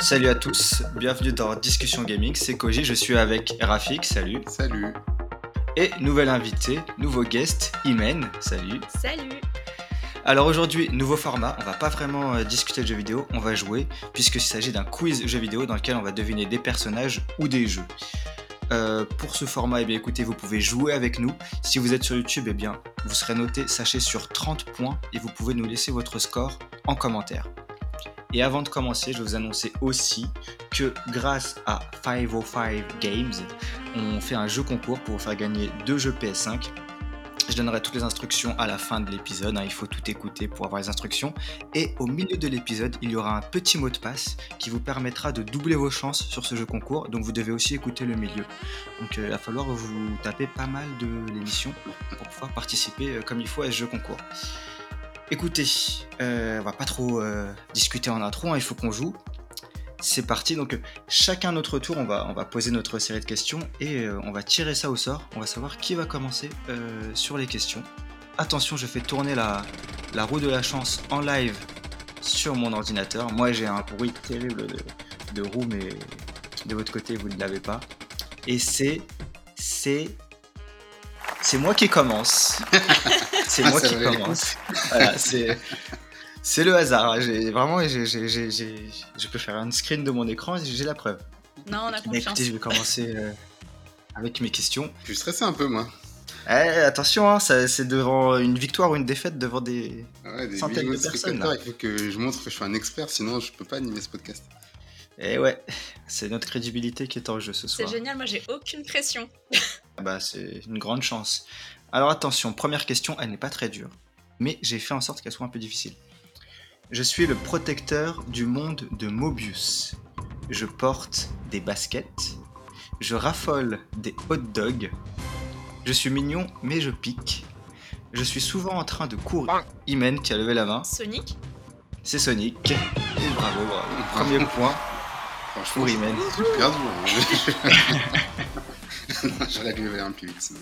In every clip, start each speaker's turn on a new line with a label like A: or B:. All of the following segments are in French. A: Salut à tous, bienvenue dans Discussion Gaming, c'est Koji, je suis avec Rafik, salut.
B: Salut.
A: Et nouvel invité, nouveau guest, Imen, salut.
C: Salut
A: Alors aujourd'hui, nouveau format, on va pas vraiment euh, discuter de jeux vidéo, on va jouer, puisqu'il s'agit d'un quiz jeux vidéo dans lequel on va deviner des personnages ou des jeux. Euh, pour ce format, eh bien, écoutez, vous pouvez jouer avec nous. Si vous êtes sur YouTube, eh bien, vous serez noté, sachez, sur 30 points et vous pouvez nous laisser votre score en commentaire. Et avant de commencer, je vais vous annoncer aussi que grâce à 505 Games, on fait un jeu concours pour vous faire gagner deux jeux PS5. Je donnerai toutes les instructions à la fin de l'épisode, hein, il faut tout écouter pour avoir les instructions. Et au milieu de l'épisode, il y aura un petit mot de passe qui vous permettra de doubler vos chances sur ce jeu concours, donc vous devez aussi écouter le milieu. Donc euh, il va falloir vous taper pas mal de l'émission pour pouvoir participer euh, comme il faut à ce jeu concours. Écoutez, euh, on va pas trop euh, discuter en intro, hein, il faut qu'on joue. C'est parti, donc euh, chacun notre tour, on va, on va poser notre série de questions et euh, on va tirer ça au sort, on va savoir qui va commencer euh, sur les questions. Attention, je fais tourner la, la roue de la chance en live sur mon ordinateur. Moi j'ai un bruit terrible de, de roue, mais de votre côté vous ne l'avez pas. Et c'est... c'est... C'est moi qui commence. c'est
B: Ah,
A: moi
B: ça
A: qui
B: valait le coup.
A: commence. Voilà, c'est. C'est le hasard. Hein. J'ai vraiment, j'ai- j'ai- j'ai- j'ai- je peux faire un screen de mon écran. et J'ai la preuve.
C: Non, on a
A: Mais
C: confiance.
A: écoutez, je vais commencer euh, avec mes questions.
B: Je suis stressé un peu, moi.
A: Eh, attention, hein, ça- c'est devant une victoire ou une défaite, devant des.
B: Ah Ouais, des
A: Centaines
B: millions
A: de personnes,
B: spectateurs,
A: là.
B: Il faut que je montre que je suis un expert, sinon je peux pas animer ce podcast.
A: Eh ouais, c'est notre crédibilité qui est en jeu ce
C: C'est
A: soir.
C: génial, moi j'ai aucune pression.
A: Bah, c'est une grande chance. Alors attention, première question, elle n'est pas très dure, mais j'ai fait en sorte qu'elle soit un peu difficile. Je suis le protecteur du monde de Mobius. Je porte des baskets. Je raffole des hot dogs. Je suis mignon, mais je pique. Je suis souvent en train de courir. Imen qui a levé la main,
C: Sonic
A: c'est Sonic. Et bravo, bravo. Premier point
B: Franchement,
A: pour
B: j'ai
A: Imen.
B: perdu. hein. Non, J'aurais dû aller un peu vite, sinon.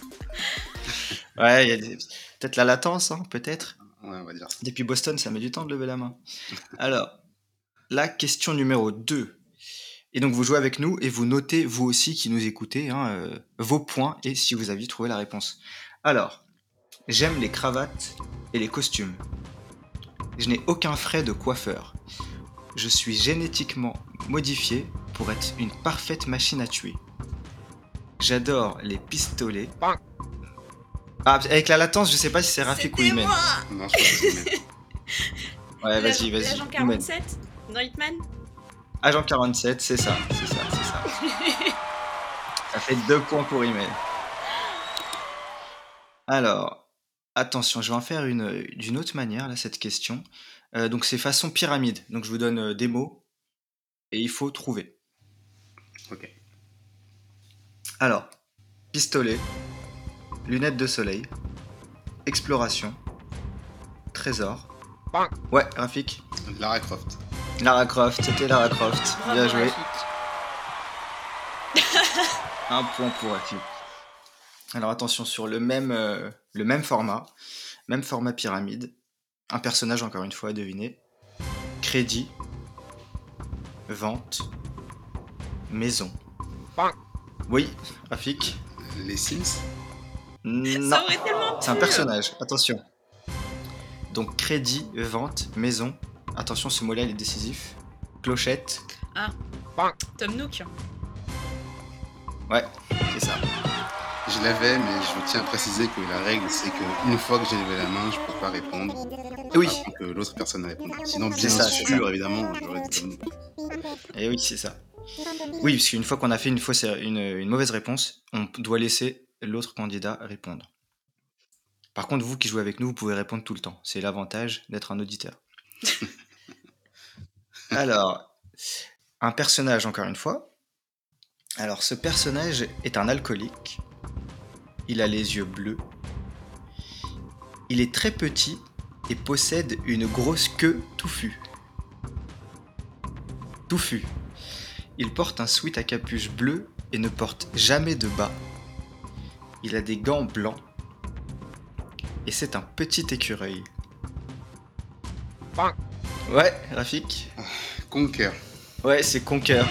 A: Ouais, il y a des- peut-être la latence, hein, peut-être.
B: Ouais, on va dire ça.
A: Depuis Boston, ça met du temps de lever la main. Alors, la question numéro 2. Et donc, vous jouez avec nous et vous notez, vous aussi qui nous écoutez, hein, euh, vos points et si vous aviez trouvé la réponse. Alors, j'aime les cravates et les costumes. Je n'ai aucun frais de coiffeur. Je suis génétiquement modifié pour être une parfaite machine à tuer. J'adore les pistolets. Ah, avec la latence, je sais pas si c'est Rafik ou
C: C'était
A: Imen.
C: moi
B: Non, je pense que c'est mieux.
A: Ouais, Eh, vas-y,
C: L'agent-
A: vas-y.
C: L'agent
A: Imen.
C: 47 dans Hitman
A: Agent 47, c'est ça, c'est ça, c'est ça. ça fait deux points pour email. Alors, attention, je vais en faire une euh, d'une autre manière, là, cette question. Euh, donc, c'est façon pyramide. Donc, je vous donne euh, des mots et il faut trouver.
B: Ok.
A: Alors, pistolet, lunettes de soleil, exploration, trésor. Ouais, Rafik.
B: Lara Croft.
A: Lara Croft, c'était Lara Croft.
C: Bravo,
A: Bien joué.
C: Rafik.
A: Un point pour Aki. Alors attention sur le même, euh, le même format, même format pyramide. Un personnage encore une fois à deviner. Crédit, vente, maison. Oui, Rafik.
B: Les Sims
A: Non,
C: Ça aurait tellement
A: c'est un
C: pu.
A: personnage. Attention. Donc crédit, vente, maison. Attention, ce mot-là il est décisif. Clochette.
C: Tom Nook.
A: Ouais, c'est ça.
B: Je l'avais, mais je tiens à préciser que la règle, c'est qu'une fois que j'ai levé la main, je peux pas répondre.
A: Oui.
B: Avant que l'autre personne réponde. Sinon,
A: C'est
B: bien
A: ça, c'est
B: sûr, évidemment, j'aurais dit Dominique.
A: Et Eh oui, c'est ça. Oui, parce qu'une fois qu'on a fait une, fausse- une, une mauvaise réponse, on doit laisser l'autre candidat répondre. Par contre, vous qui jouez avec nous, vous pouvez répondre tout le temps. C'est l'avantage d'être un auditeur. Alors, un personnage, encore une fois. Alors, ce personnage est un alcoolique. Il a les yeux bleus. Il est très petit et possède une grosse queue touffue. Touffue. Il porte un sweat à capuche bleue et ne porte jamais de bas. Il a des gants blancs. Et c'est un petit écureuil. Ouais, Rafik.
B: Conquer.
A: Ouais, c'est Conquer.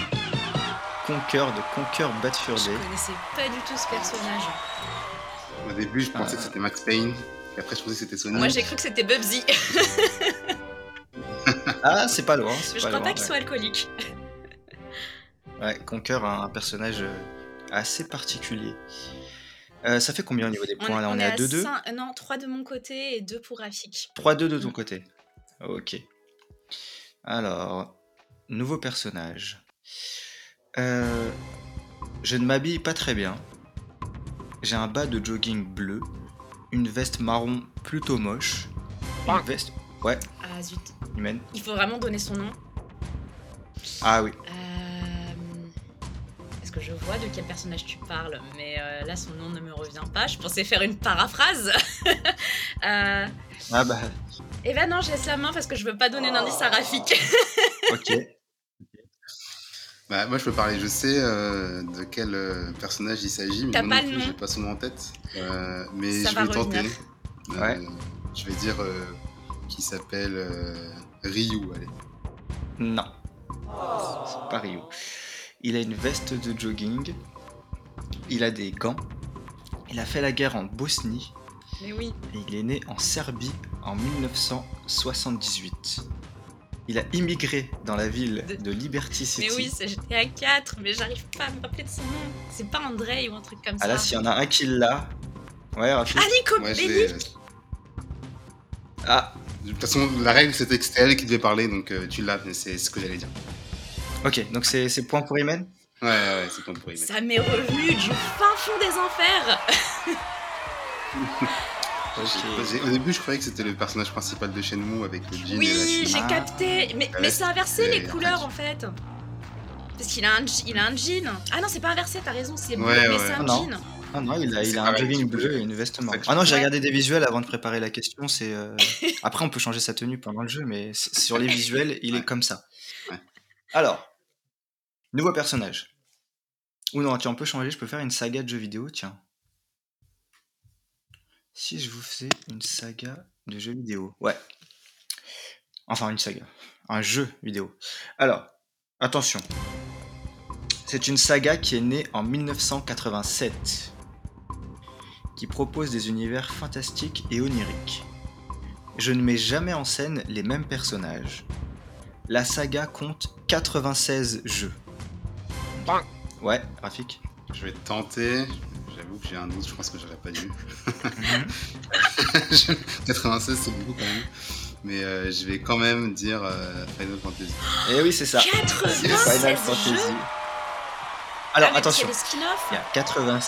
A: Conquer de Conquer Bad Fur
C: Je
A: Day.
C: connaissais pas du tout ce personnage.
B: Au début, je pensais que c'était Max Payne. Et après, je pensais que c'était Sonic.
C: Moi, j'ai cru que c'était Bubsy.
A: Ah, c'est pas loin.
C: Je
A: c'est
C: crois
A: loin,
C: pas qu'il
A: ouais.
C: soit alcoolique.
A: Ouais, Conquer a un personnage euh, assez particulier. Euh, ça fait combien au niveau des points Là, on, est à 2-2.
C: cinq- euh, Non, 3 de mon côté et 2 pour Rafik.
A: 3-2 de ton côté. Ok. Alors, nouveau personnage. Euh, je ne m'habille pas très bien. J'ai un bas de jogging bleu, une veste marron plutôt moche, une veste
C: Ah zut.
A: humaine.
C: Il faut vraiment donner son nom.
A: Ah oui,
C: Euh, Est-ce que je vois de quel personnage tu parles Mais euh, là, son nom ne me revient pas. Je pensais faire une paraphrase. euh...
A: ah bah
C: Eh ben non, je laisse la main parce que je veux pas donner d'indice à Rafik.
A: ok.
B: Bah, moi, je peux parler. Je sais euh, de quel euh, personnage il s'agit, mais
C: T'as
B: moi
C: pas
B: non
C: le
B: plus,
C: nom.
B: j'ai pas son nom en tête. Euh, mais
C: Ça
B: je
C: va
B: vais tenter.
C: revenir.
B: Euh,
A: Ouais.
B: je vais dire euh, qu'il s'appelle euh, Ryu. Allez.
A: Non. C'est pas Ryu. Il a une veste de jogging. Il a des gants. Il a fait la guerre en Bosnie.
C: Mais oui.
A: Et il est né en Serbie en 1978. Il a immigré dans la ville
C: De-
A: de Liberty City.
C: Mais oui, c'est GTA 4, mais j'arrive pas à me rappeler de son nom. C'est pas Andrei ou un truc comme
A: ah là,
C: ça.
A: s'il y en a un qui l'a. Ouais, Rafi.
C: Ah, Nico
B: Moi, je
C: Bellic
B: l'ai, euh,
A: Ah,
B: de toute façon, la règle, c'était que c'était elle qui devait parler, donc euh, tu l'as, mais c'est ce que j'allais dire.
A: ok, donc c'est c'est point pour Imen
B: Ouais, ouais, ouais, c'est compris. mais-
C: Ça m'est revenu du fin fond des enfers.
A: Ok.
B: J'ai- Au début, je croyais que c'était le personnage principal de Shenmue avec le jean et la
C: Oui,
B: chemise.
A: chemise.
C: j'ai capté. Mais,
B: Ah,
C: mais
B: ouais,
C: c'est inversé
B: c'est
C: les couleurs
B: un
C: en fait. Parce qu'il a un, je- il a un jean. Ah non, c'est pas inversé, t'as raison, c'est bleu,
B: Ouais,
C: mais
B: ouais.
C: c'est un
A: Ah, non.
C: jean.
A: Ah non, il a, il
B: C'est
A: a un
B: pareil,
A: jogging
B: tu
A: bleu
B: peux-
A: et une veste marron.
B: que je
A: Ah non, j'ai
C: Ouais.
A: regardé des visuels avant de préparer la question. C'est euh, après on peut changer sa tenue pendant le jeu, mais c- sur les visuels, il est
B: Ouais.
A: comme ça.
B: Ouais.
A: Alors, nouveau personnage. Ou non, tiens, on peut changer. Je peux faire une saga de jeux vidéo, tiens. Si je vous fais une saga de jeux vidéo, ouais. Enfin, une saga, un jeu vidéo. Alors, attention. C'est une saga qui est née en 1987, qui propose des univers fantastiques et oniriques. Je ne mets jamais en scène les mêmes personnages. La saga compte 96 jeux.
B: Bang.
A: Ouais, graphique.
B: Je vais tenter. J'avoue que j'ai un doute, je pense que j'aurais pas dû. 96, c'est beaucoup quand même. Mais euh, je vais quand même dire euh, Final Fantasy.
A: Et Eh oui, c'est ça. C'est Final
C: 96
A: Fantasy.
C: jeux
A: Alors,
C: Ah, mais
A: attention.
C: C'est des spin-offs
A: Il y a 80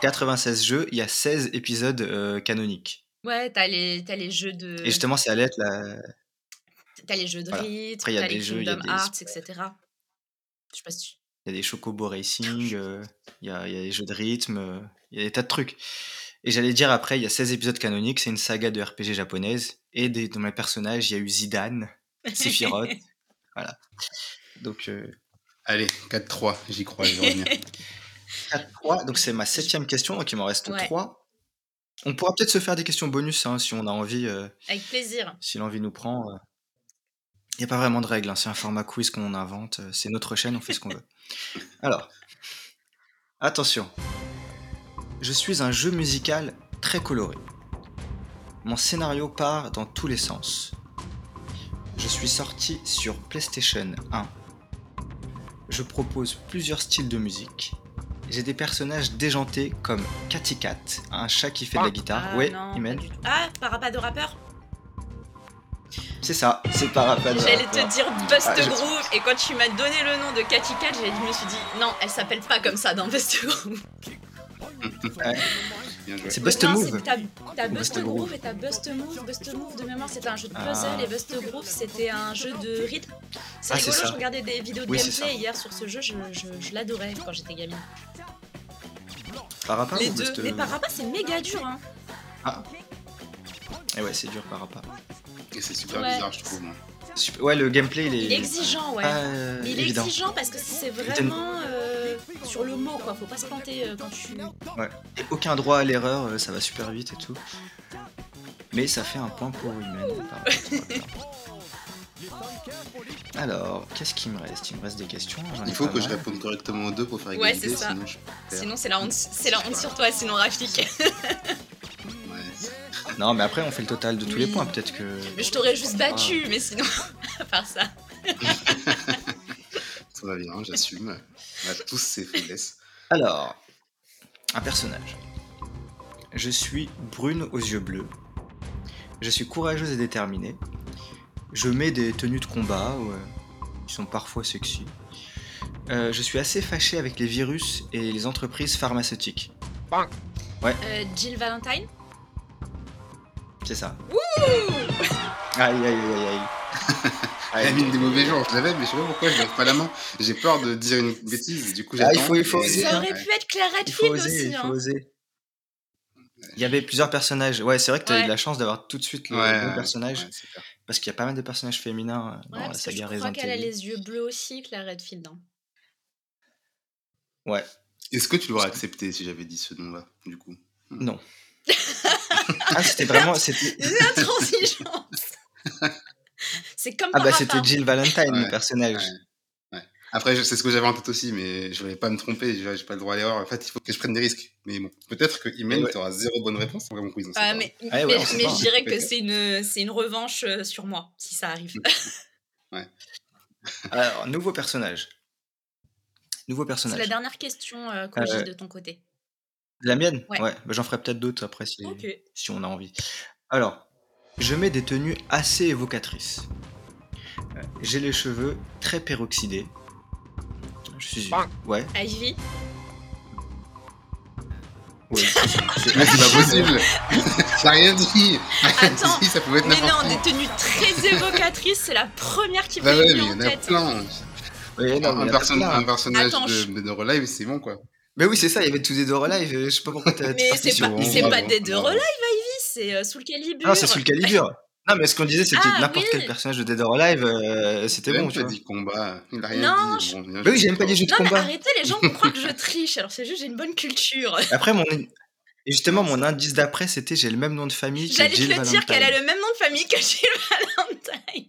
A: 96 jeux, il y a 16 épisodes euh, canoniques.
C: Ouais, t'as les, t'as les jeux de.
A: Et justement, c'est à l'être la...
C: T'as les jeux de
A: Voilà.
C: rythme,
A: Après, il y a
C: t'as les
A: des jeux, il y a
C: Kingdom
A: des-
C: Hearts, etc. Je sais pas si tu.
A: Il y a des Chocobo Racing, euh, il y, a, il y a des jeux de rythme, euh, il y a des tas de trucs. Et j'allais dire après, il y a 16 épisodes canoniques, c'est une saga de RPG japonaise. Et des, dans les personnages, il y a eu Zidane, Sephiroth. voilà. Donc, euh,
B: Allez, 4-3, j'y crois, je vais revenir.
A: 4-3. Donc, c'est ma septième question, donc il m'en reste
C: Ouais.
A: 3. On pourra peut-être se faire des questions bonus hein, si on a envie. euh,
C: Avec plaisir.
A: si l'envie nous prend. euh, Il n'y a pas vraiment de règles, hein, c'est un format quiz qu'on invente, euh, c'est notre chaîne, on fait ce qu'on veut. Alors, attention. Je suis un jeu musical très coloré. Mon scénario part dans tous les sens. Je suis sorti sur PlayStation 1. Je propose plusieurs styles de musique. J'ai des personnages déjantés comme Cathy Cat, un chat qui fait de la guitare. ouais,
C: Ah, non, pas
A: Imen.
C: du tout. Ah, par rapport de rappeur
A: C'est ça, c'est pas
C: J'allais te dire Bust
A: Ah, je-
C: Groove, et quand tu m'as donné le nom de Cathy Cat, j'ai- je me suis dit non, elle s'appelle pas comme ça dans Bust Groove.
B: Bien joué.
A: C'est Bust
C: Non,
A: Move.
C: c'est- T'as t'as Bust,
A: Bust
C: Groove
A: Groove.
C: et t'as Bust Move. Bust Move, de mémoire, c'était un jeu de
A: Ah.
C: puzzle, et Bust Groove, c'était un jeu de rythme. C'est
A: Ah, c'est
C: rigolo,
A: ça.
C: je regardais des vidéos de
A: Oui, c'est ça.
C: gameplay hier sur ce jeu, je, je- je l'adorais quand j'étais gamine.
A: Par rapport
C: Les
A: ou
C: deux,
A: Bust
C: mais par rapport, c'est méga dur, hein.
A: Eh ouais, c'est dur par rapport.
B: Et c'est super
C: Ouais.
B: bizarre, je trouve. hein. moi.
A: Super- Ouais, le gameplay, il est.
C: Il est exigeant, ouais.
A: pas, euh,
C: Mais il est
A: évident.
C: exigeant parce que c'est vraiment euh, sur le mot, quoi. Faut pas se planter euh, quand tu.
A: Et Aucun droit à l'erreur, euh, ça va super vite et tout. Mais ça fait un point pour Women. Alors, qu'est-ce qu'il me reste Il me reste des questions. j'en ai
B: Il faut
A: pas
B: que je
A: mal.
B: réponde correctement aux deux pour faire
C: Ouais,
B: égalité,
C: c'est ça.
B: sinon je perds.
C: Sinon, c'est la honte, c'est la honte sur toi, sinon Rafik.
B: Ouais, c'est-
A: Non, mais après, on fait le total de tous les
C: Oui.
A: points. Peut-être que.
C: Je t'aurais juste battu, mais sinon, à part ça.
B: tout va bien, j'assume. On a tous ses faiblesses.
A: Alors, un personnage. Je suis brune aux yeux bleus. Je suis courageuse et déterminée. Je mets des tenues de combat ouais, qui sont parfois sexy. Euh, je suis assez fâchée avec les virus et les entreprises pharmaceutiques.
C: Euh, Jill Valentine
A: C'est ça. Aïe aïe aïe aïe aïe.
B: Elle a
A: Aïe.
B: mis des mauvais jours, je l'avais, mais je sais pas pourquoi je lève pas la main. J'ai peur de dire une bêtise, du coup
A: Ah,
B: j'attends.
A: il faut- il faut
B: et-
A: oser, hein.
C: Ça aurait pu être Claire
A: Il faut
C: Redfield
A: oser,
C: aussi.
A: il faut
C: Hein.
A: oser. Il y avait plusieurs personnages. Ouais, c'est vrai que t'as eu
C: Ouais.
A: de la chance d'avoir tout de suite le
B: Ouais, ouais,
A: bon
B: ouais,
A: personnage.
B: ouais, c'est clair.
A: Parce qu'il y a pas mal de personnages féminins euh, dans
C: Ouais,
A: la
C: parce que je
A: saga
C: crois
A: Resident
C: qu'elle a
A: Evil.
C: les yeux bleus aussi, Claire Redfield. hein.
A: Ouais.
B: Est-ce que tu l'aurais accepté si j'avais dit ce nom-là, du coup
A: Non. ah, c'était vraiment. c'était-
C: Intransigeance C'est comme
A: Ah,
C: par
A: bah,
C: rapport.
A: c'était Jill Valentine, le
B: Ouais,
A: personnage.
B: Après, je- c'est ce que j'avais en tête aussi, mais je voulais pas me tromper, j'ai j'ai pas le droit à l'erreur. En fait, il faut que je prenne des risques. Mais bon, peut-être que Imen,
A: Ouais.
B: t'auras zéro bonne réponse. Vraiment, quiz, on sait
C: Ah,
B: pas.
C: mais
A: ouais,
C: mais-
A: on sait
C: mais
A: pas.
C: je dirais que c'est une, c'est une revanche euh, sur moi, si ça arrive.
A: Alors, nouveau personnage. Nouveau
C: C'est la
A: personnage.
C: dernière question, euh, Koji,
A: Euh,
C: de ton côté.
A: La mienne
C: Ouais.
A: Ouais. bah, J'en ferai peut-être d'autres après si,
C: Ok.
A: si on a envie. Alors, je mets des tenues assez évocatrices. Euh, J'ai les cheveux très peroxydés. Je suis.
D: Bang.
A: Ouais.
C: Ivy
A: ouais c'est- c'est-
B: Mais c'est pas possible T'as rien dit
C: Attends,
B: Si, ça pouvait être
C: Mais
B: n'importe
C: non,
B: qui.
C: des tenues très évocatrices, c'est la première qui
B: Bah
C: me
B: ouais, mais
C: vient
B: il y
C: en
B: en a
C: tête.
B: plein
A: Ouais, non, mais il
B: un,
A: y en a
B: perso-
A: plein.
B: un personnage
C: Attends,
B: de,
C: je-
B: de, Relive, c'est bon quoi.
A: Mais oui, c'est ça, il y avait tous des deux relive, euh, je sais pas pourquoi t'as t'es
C: Mais
A: parti
C: c'est
A: sur-
C: pas,
B: on
C: c'est
B: va
C: pas
B: voir,
C: des
B: on
C: deux
B: va voir.
C: relives, Ivy, c'est euh, sous le calibre.
A: Non, Ah, c'est sous le calibre. Non, mais ce qu'on disait, c'était
C: Ah,
A: n'importe
C: oui.
A: quel personnage de Dead or Alive, euh, c'était
B: Il a
A: bon,
B: même
A: tu
B: pas
A: vois.
B: dit combat, il a rien
C: Non,
B: dit.
C: je-
B: Bon, bien
A: Bah oui,
B: joué.
A: j'ai même pas dit jeu de
C: Non, mais
A: combat.
C: arrêtez, les gens vont croire que je triche. Alors, c'est juste, j'ai une bonne culture.
A: Après, mon... et justement, mon indice d'après, c'était j'ai le même nom de famille que
C: J'allais te
A: Jill
C: le dire
A: Valentine.
C: qu'elle a le même nom de famille que Jill Valentine.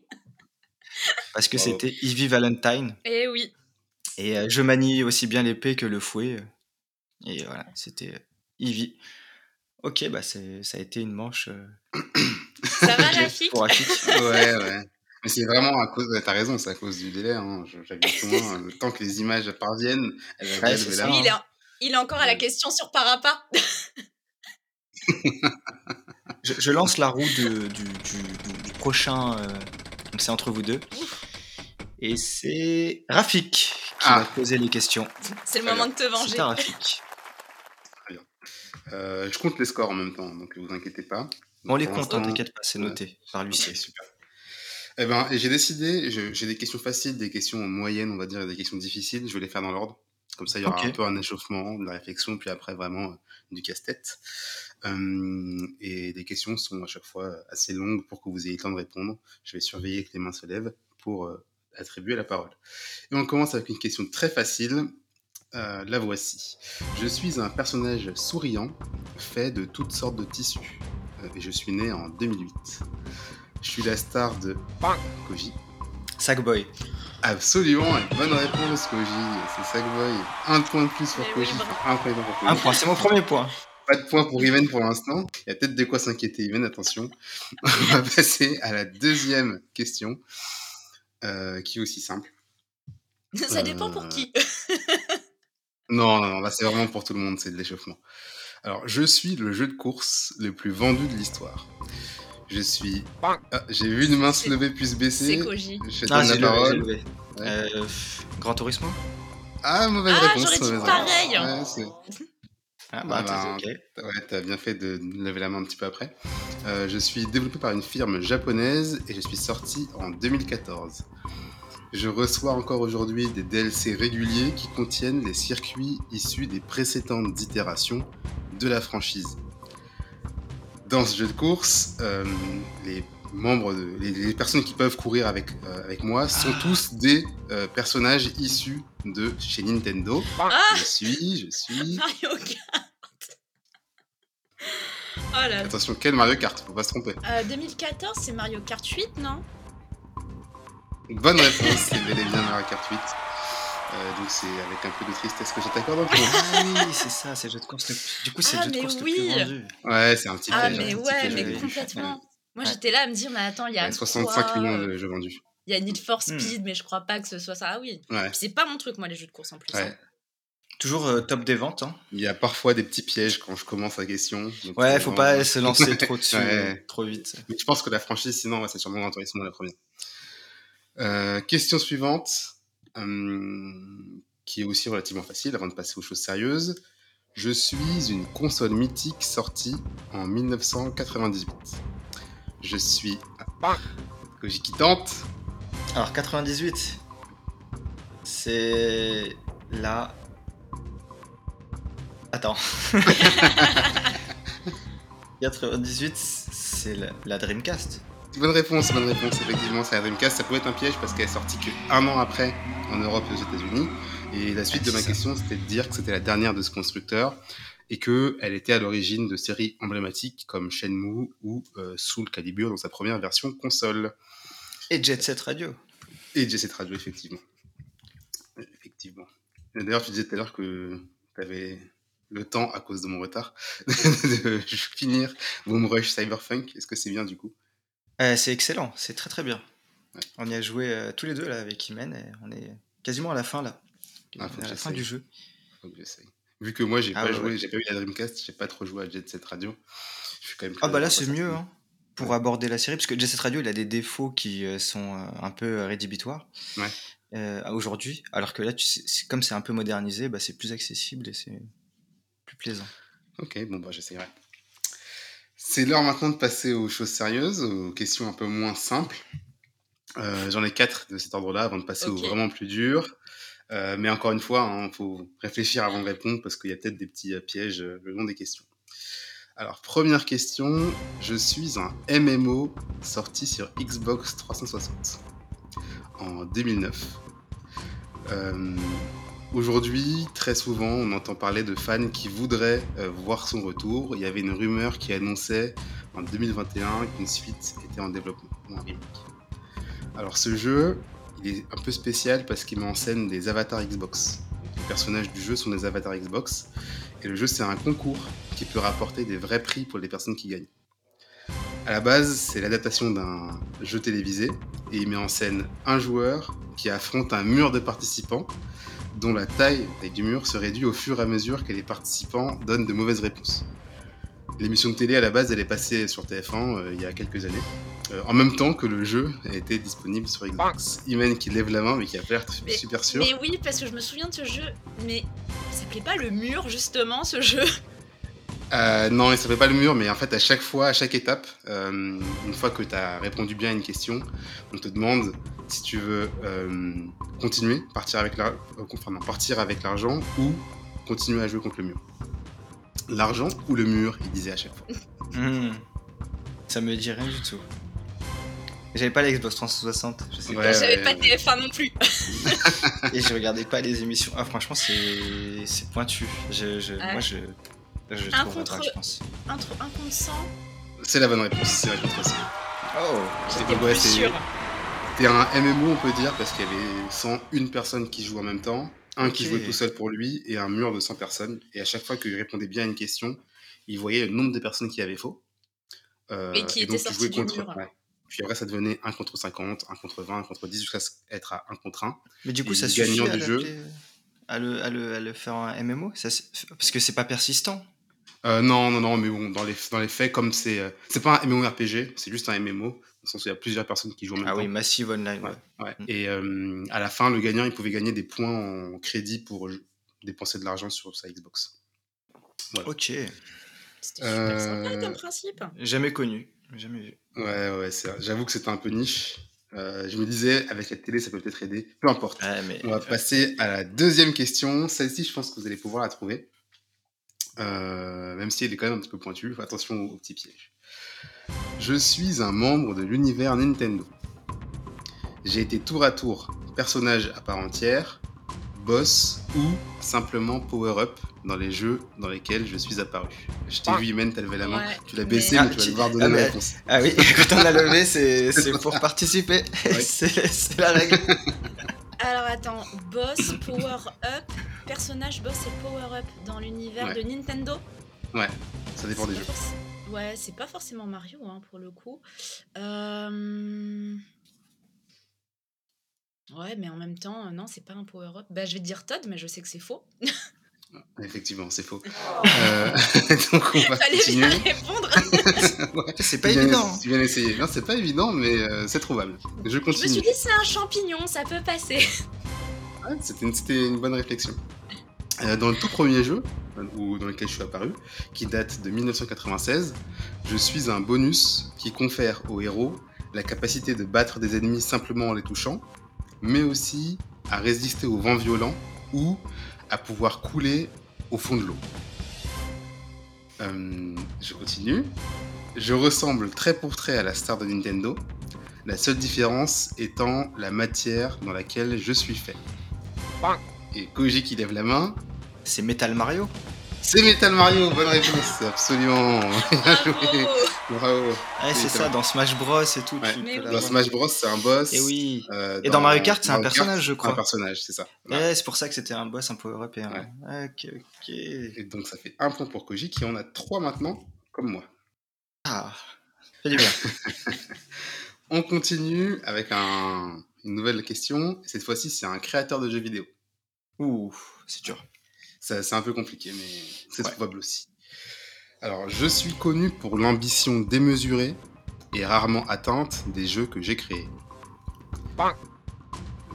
A: Parce que
B: Wow.
A: c'était Ivy Valentine.
C: Eh oui.
A: Et euh, je manie aussi bien l'épée que le fouet. Et voilà, c'était euh, Ivy. Ok, bah c'est- ça a été une manche euh,
C: Ça va, Rafik
A: pour Rafik.
B: Ouais, ouais. Mais c'est vraiment à cause, ouais, t'as raison, c'est à cause du délai. Hein. Je- J'avais moins, le temps que les images parviennent, elle avait
A: Ouais,
B: levé
A: c'est
B: la
A: ça.
C: Lui,
B: main.
C: il est, il est encore à la question sur Parapa.
A: Je, je lance la roue de- du, du- du- du prochain. euh, donc c'est entre vous deux. Et c'est Rafik qui
B: Ah.
A: va poser les questions.
C: C'est le moment de te
A: C'est
C: venger.
A: à Rafik.
B: Euh, je compte les scores en même temps, donc vous inquiétez pas.
A: On les
B: Pour
A: compte, hein,
B: l'instant,
A: t'inquiète pas, c'est
B: Ouais.
A: noté par
B: Ok,
A: l'huissier.
B: super. Eh ben, et j'ai décidé, je- j'ai des questions faciles, des questions moyennes, on va dire, et des questions difficiles. Je vais les faire dans l'ordre. Comme ça, il y aura
A: Ok.
B: un peu un échauffement, de la réflexion, puis après, vraiment, euh, du casse-tête. Euh, et les questions sont à chaque fois euh, assez longues pour que vous ayez le temps de répondre. Je vais surveiller que les mains se lèvent pour euh, attribuer la parole. Et on commence avec une question très facile. Euh, la voici. Je suis un personnage souriant, fait de toutes sortes de tissus. Euh, et je suis né en 2008. Je suis la star de Koji.
A: Sackboy.
B: Absolument, et bonne réponse, Koji. C'est Sackboy. Un point de plus pour
C: Mais oui,
B: Koji.
C: bravo.
B: un point de plus pour Koji.
A: Un point, c'est mon premier point.
B: Pas de point pour Iven pour l'instant. Il y a peut-être de quoi s'inquiéter, Iven, attention. On va passer à la deuxième question, euh, qui est aussi simple.
C: Ça dépend pour
B: Euh,
C: qui.
B: Non, non, non, là, c'est vraiment pour tout le monde, c'est de l'échauffement. Alors, je suis le jeu de course le plus vendu de l'histoire. Je suis.
D: Bang.
B: Ah, J'ai vu une main se
C: C'est-
B: lever puis se
C: C'est
B: baisser.
C: Koji.
B: Je te
A: Ah,
B: donne
A: j'ai levé,
B: la
A: j'ai
B: parole.
A: levé.
B: Ouais.
A: Euh, pff, Gran Turismo
B: Ah, mauvaise
C: Ah,
B: réponse.
C: j'aurais dit
B: mauvaise
C: pareil.
B: réponse. Ouais, c'est-
A: Ah, bah,
B: Ah, bah,
A: t'es- ok.
B: Ouais, t'as bien fait de lever la main un petit peu après. Euh, je suis développé par une firme japonaise et je suis sorti en 2014. Je reçois encore aujourd'hui des DLC réguliers qui contiennent les circuits issus des précédentes itérations de la franchise. Dans ce jeu de course, euh, les membres, de- les, les personnes qui peuvent courir avec, euh, avec moi sont
A: Ah.
B: tous des euh, personnages issus de chez Nintendo.
C: Ah,
B: Je suis, je suis.
C: Mario Kart. Oh là Euh, là.
B: Attention, quel Mario Kart, faut pas se tromper.
C: Euh, 2014, c'est Mario Kart 8, non
B: Bonne réponse, c'est bel et bien Mario 8. Euh, donc c'est avec un peu de tristesse que je t'accorde un peu.
A: Ah oui, c'est ça, c'est le jeu de course. le- Du coup, c'est
C: Ah,
A: le jeu de
C: mais
A: course
C: oui.
A: le plus vendu.
B: Ouais, c'est un petit
C: Ah,
B: piège,
C: mais
B: un petit
C: ouais,
B: piège,
C: mais
B: j'avais vu.
C: complètement. Moi,
A: Ouais.
C: j'étais là à me dire, mais attends, il y
B: Ouais,
C: a.
B: ouais, 65
C: quoi
B: millions de jeux vendus.
C: Il y a Need for
A: Hmm.
C: Speed, mais je crois pas que ce soit ça. Ah oui.
B: Ouais.
C: Puis C'est pas mon truc, moi, les jeux de course en plus.
B: Ouais.
C: hein.
A: Toujours euh, top des ventes. Hein.
B: Il y a parfois des petits pièges quand je commence la question. donc euh,
A: Ouais,
B: c'est
A: faut
B: vraiment-
A: pas se lancer trop dessus, euh,
B: Ouais.
A: trop vite.
B: Mais je pense que la franchise, sinon, ouais, c'est sûrement Grand Turismo la première. Euh, question suivante, hum, qui est aussi relativement facile avant de passer aux choses sérieuses. Je suis une console mythique sortie en 1998. Je suis à Koji Kitante.
A: Alors 98, c'est la. Attends. 98, c'est la, la Dreamcast.
B: Bonne réponse, bonne réponse. Effectivement, c'est la Dreamcast. Ça pouvait être un piège parce qu'elle est sortie que un an après en Europe et aux États-Unis. Et la suite
A: Ah,
B: de ma
A: c'est ça.
B: question, c'était de dire que c'était la dernière de ce constructeur et que elle était à l'origine de séries emblématiques comme Shenmue ou euh, Soul Calibur dans sa première version console.
A: Et Jet Set Radio.
B: Et J7 Radio, effectivement. Effectivement. Et D'ailleurs, tu disais tout à l'heure que tu avais le temps, à cause de mon retard, de finir Boom Rush Cyberpunk. Est-ce que c'est bien du coup
A: Euh, c'est excellent, c'est très très bien.
B: Ouais.
A: On y a joué euh, tous les deux là avec Imen et on est quasiment à la fin là.
B: Ah, faut
A: On est
B: que
A: à la fin
B: j'essaye.
A: du jeu.
B: Faut que j'essaye. Vu que moi, j'ai
A: Ah
B: pas
A: ouais,
B: joué,
A: ouais.
B: j'ai pas eu la Dreamcast, j'ai pas trop joué à Jet Set Radio. Je suis quand même
A: Ah bah
B: curieux
A: là
B: de
A: c'est
B: voir ça
A: mieux
B: finit.
A: hein, pour aborder la série parce que Jet Set Radio il a des défauts qui euh, sont euh, un peu euh, rédhibitoires
B: Ouais.
A: euh, à aujourd'hui alors que là tu sais- c'est- comme c'est un peu modernisé bah, c'est plus accessible et c'est plus plaisant.
B: Ok, bon, bah, j'essayerai. C'est l'heure maintenant de passer aux choses sérieuses, aux questions un peu moins simples. Euh, J'en ai quatre de cet ordre-là avant de passer
C: Ok.
B: aux vraiment plus dures. Euh, mais encore une fois, il faut réfléchir avant de répondre parce qu'il y a peut-être des petits euh, pièges euh, le long des questions. Alors, première question, je suis un MMO sorti sur Xbox 360 en 2009. Euh, Aujourd'hui, très souvent, on entend parler de fans qui voudraient euh, voir son retour. Il y avait une rumeur qui annonçait en 2021 qu'une suite était en développement, ou un remake. Alors ce jeu, il est un peu spécial parce qu'il met en scène des avatars Xbox. Les personnages du jeu sont des avatars Xbox. Et le jeu, c'est un concours qui peut rapporter des vrais prix pour les personnes qui gagnent. À la base, c'est l'adaptation d'un jeu télévisé et il met en scène un joueur qui affronte un mur de participants dont la taille, la taille du mur se réduit au fur et à mesure que les participants donnent de mauvaises réponses. L'émission de télé à la base, elle est passée sur TF1 euh, il y a quelques années, euh, en même temps que le jeu était disponible sur Xbox. Imen qui lève la main mais qui a pas l'air
C: Mais-
B: super sûr.
C: Mais oui, parce que je me souviens de ce jeu, mais ça s'appelait pas le mur, justement, ce jeu.
B: Euh, non, il s'appelle pas le mur, mais en fait, à chaque fois, à chaque étape, euh, une fois que tu as répondu bien à une question, on te demande si tu veux euh, continuer, partir avec la- euh, enfin, non, partir avec l'argent ou continuer à jouer contre le mur. L'argent ou le mur, il disait à chaque fois.
A: Hmm. Ça me dit rien du tout. J'avais pas la Xbox 360, je sais
B: Ouais,
C: J'avais
B: ouais,
C: pas
B: ouais.
C: TF1 non plus.
A: pas. Et je regardais pas les émissions. Ah franchement c'est c'est pointu. Je, je-
C: Ouais.
A: Moi je je
C: Ah. Un
A: trouverais pas
C: contre-
A: je pense.
C: Un, tr- un contre 100,
B: C'est la bonne réponse, c'est la bonne réponse.
A: Oh.
C: j'étais
B: ouais,
C: plus
B: c'est-
C: sûre.
B: C'était un MMO, on peut dire, parce qu'il y avait 101 personnes qui jouent en même temps, un qui
A: Ok.
B: jouait tout seul pour lui, et un mur de 100 personnes. Et à chaque fois qu'il répondait bien à une question, il voyait le nombre de personnes qui avaient faux. Euh,
C: Et qui étaient
B: donc, tu
C: sorties
B: jouais
C: du
B: contre-
C: mur.
B: ouais. Puis après, ça devenait 1 contre 50, 1 contre 20, 1 contre 10, jusqu'à être à 1 contre 1.
A: Mais du coup,
B: Et
A: ça
B: le
A: suffit
B: gagnant
A: à,
B: du jeu-
A: l'appeler, euh, à, le, à, le, à le faire un MMO ça, se- Parce que c'est pas persistant.
B: Euh, non, non, non, mais bon, dans les, dans les faits, comme c'est. euh, c'est pas un MMORPG, c'est juste un MMO, dans le sens où il y a plusieurs personnes qui jouent en même
A: Ah
B: temps.
A: oui, Massive Online. ouais.
B: Ouais.
A: Mm.
B: Et euh, à la fin, le gagnant, il pouvait gagner des points en crédit pour euh, dépenser de l'argent sur sa Xbox.
A: Ok.
C: C'était super sympa
B: Euh,
C: comme principe.
A: Jamais connu. Jamais vu.
B: Ouais, ouais, c'est- j'avoue que c'était un peu niche. Euh, je me disais, avec la télé, ça peut peut-être aider. Peu importe.
A: Ouais, mais...
B: On va passer à la deuxième question. Celle-ci, je pense que vous allez pouvoir la trouver. Euh, même si elle est quand même un petit peu pointue. Faut Attention aux, aux petits pièges. Je suis un membre de l'univers Nintendo. J'ai été tour à tour personnage à part entière, boss ou simplement power-up dans les jeux dans lesquels je suis apparu. Je t'ai vu, Imen, t'as levé la main.
C: Ouais,
B: tu l'as baissé,
A: mais-
B: mais,
A: Ah,
B: tu vas
A: tu-
B: devoir
A: ah,
B: donner la
A: mais-
B: réponse.
A: Ah oui, quand on l'a levé, c'est c'est pour participer.
B: Ouais.
A: C'est c'est la règle.
C: Alors attends, boss, power up, personnage boss et power up dans l'univers
B: Ouais.
C: de Nintendo.
B: Ça dépend des
C: C'est
B: jeux.
C: pas forc- Ouais, c'est pas forcément Mario hein, pour le coup. Euh, Ouais, mais en même temps, euh, non, c'est pas un power up. Bah, je vais dire Todd, mais je sais que c'est faux.
B: Effectivement, c'est faux. Euh, donc on va
C: Fallait
B: continuer.
C: bien répondre.
A: C'est pas
B: Bien-
A: évident. hein.
B: Bien essayé. Non, c'est pas évident, mais euh, c'est trouvable. Je
C: je me
B: continue.
C: suis dit, c'est un champignon, ça peut passer.
B: Ouais, C'était une, c'était une bonne réflexion. Euh, dans le tout premier jeu, euh, où- dans lequel je suis apparu, qui date de 1996, je suis un bonus qui confère au héros la capacité de battre des ennemis simplement en les touchant, mais aussi à résister au vent violent ou à pouvoir couler au fond de l'eau. Euh, je continue. Je ressemble trait pour trait à la star de Nintendo, la seule différence étant la matière dans laquelle je suis fait. Et Koji qui lève la main.
A: C'est Metal Mario
B: C'est Metal Mario, bonne réponse, absolument. Bien
C: Bravo.
B: joué. Bravo.
A: Ouais, c'est
B: Oui,
A: ça,
B: ça.
A: dans Smash Bros et tout.
B: Ouais.
A: tu
C: Mais
A: peux
C: oui.
A: l'avoir.
B: Dans Smash Bros, c'est un boss.
A: Et Eh oui.
B: euh,
A: Et dans Mario Kart, c'est un personnage, je
B: c'est
A: crois.
B: Un personnage, c'est ça. Voilà.
A: Ouais, Eh, c'est pour ça que c'était un boss, un power-up et un. Ok, ok.
B: Et donc ça fait un point pour Koji qui en a trois maintenant, comme moi.
A: Ah, ça dit bien.
B: On continue avec un- une nouvelle question. Cette fois-ci, c'est un créateur de jeux vidéo.
A: Ouh, c'est dur.
B: Ça, C'est un peu compliqué, mais c'est
A: Ouais.
B: trouvable aussi. Alors, je suis connu pour l'ambition démesurée et rarement atteinte des jeux que j'ai créés.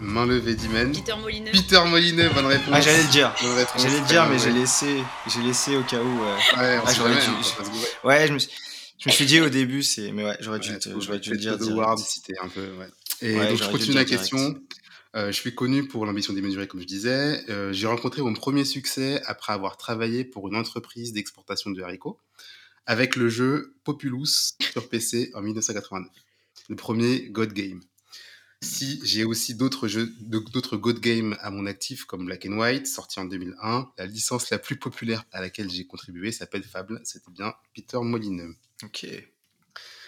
B: Main levée d'Imen.
C: Peter Molineux.
B: Peter Molineux, bonne réponse.
A: Ah, j'allais le dire.
B: Bonne réponse.
A: J'allais le dire, mais
B: Ouais,
A: j'ai laissé, j'ai laissé au cas où. euh.
B: Ouais, on
A: Ah,
B: sait
A: j'aurais
B: jamais,
A: dû-
B: hein, ça va se gourer.
A: Ouais, je me suis, je me suis dit au début, c'est. Mais ouais, j'aurais dû,
B: Ouais,
A: te-
B: faut
A: j'aurais dû le
B: peut-être
A: dire.
B: Todd
A: direct.
B: Howard, c'était un peu, ouais. Et
A: Ouais,
B: donc, je
A: j'aurais dû
B: continue
A: le
B: la
A: dire
B: question. Euh, je suis connu pour l'ambition démesurée, comme je disais. Euh, j'ai rencontré mon premier succès après avoir travaillé pour une entreprise d'exportation de haricots avec le jeu Populous sur PC en 1989, le premier God Game. Si j'ai aussi d'autres jeux, d'autres God Games à mon actif comme Black and White, sorti en 2001, la licence la plus populaire à laquelle j'ai contribué s'appelle Fable. C'était bien Peter Molineux.
A: Ok. Il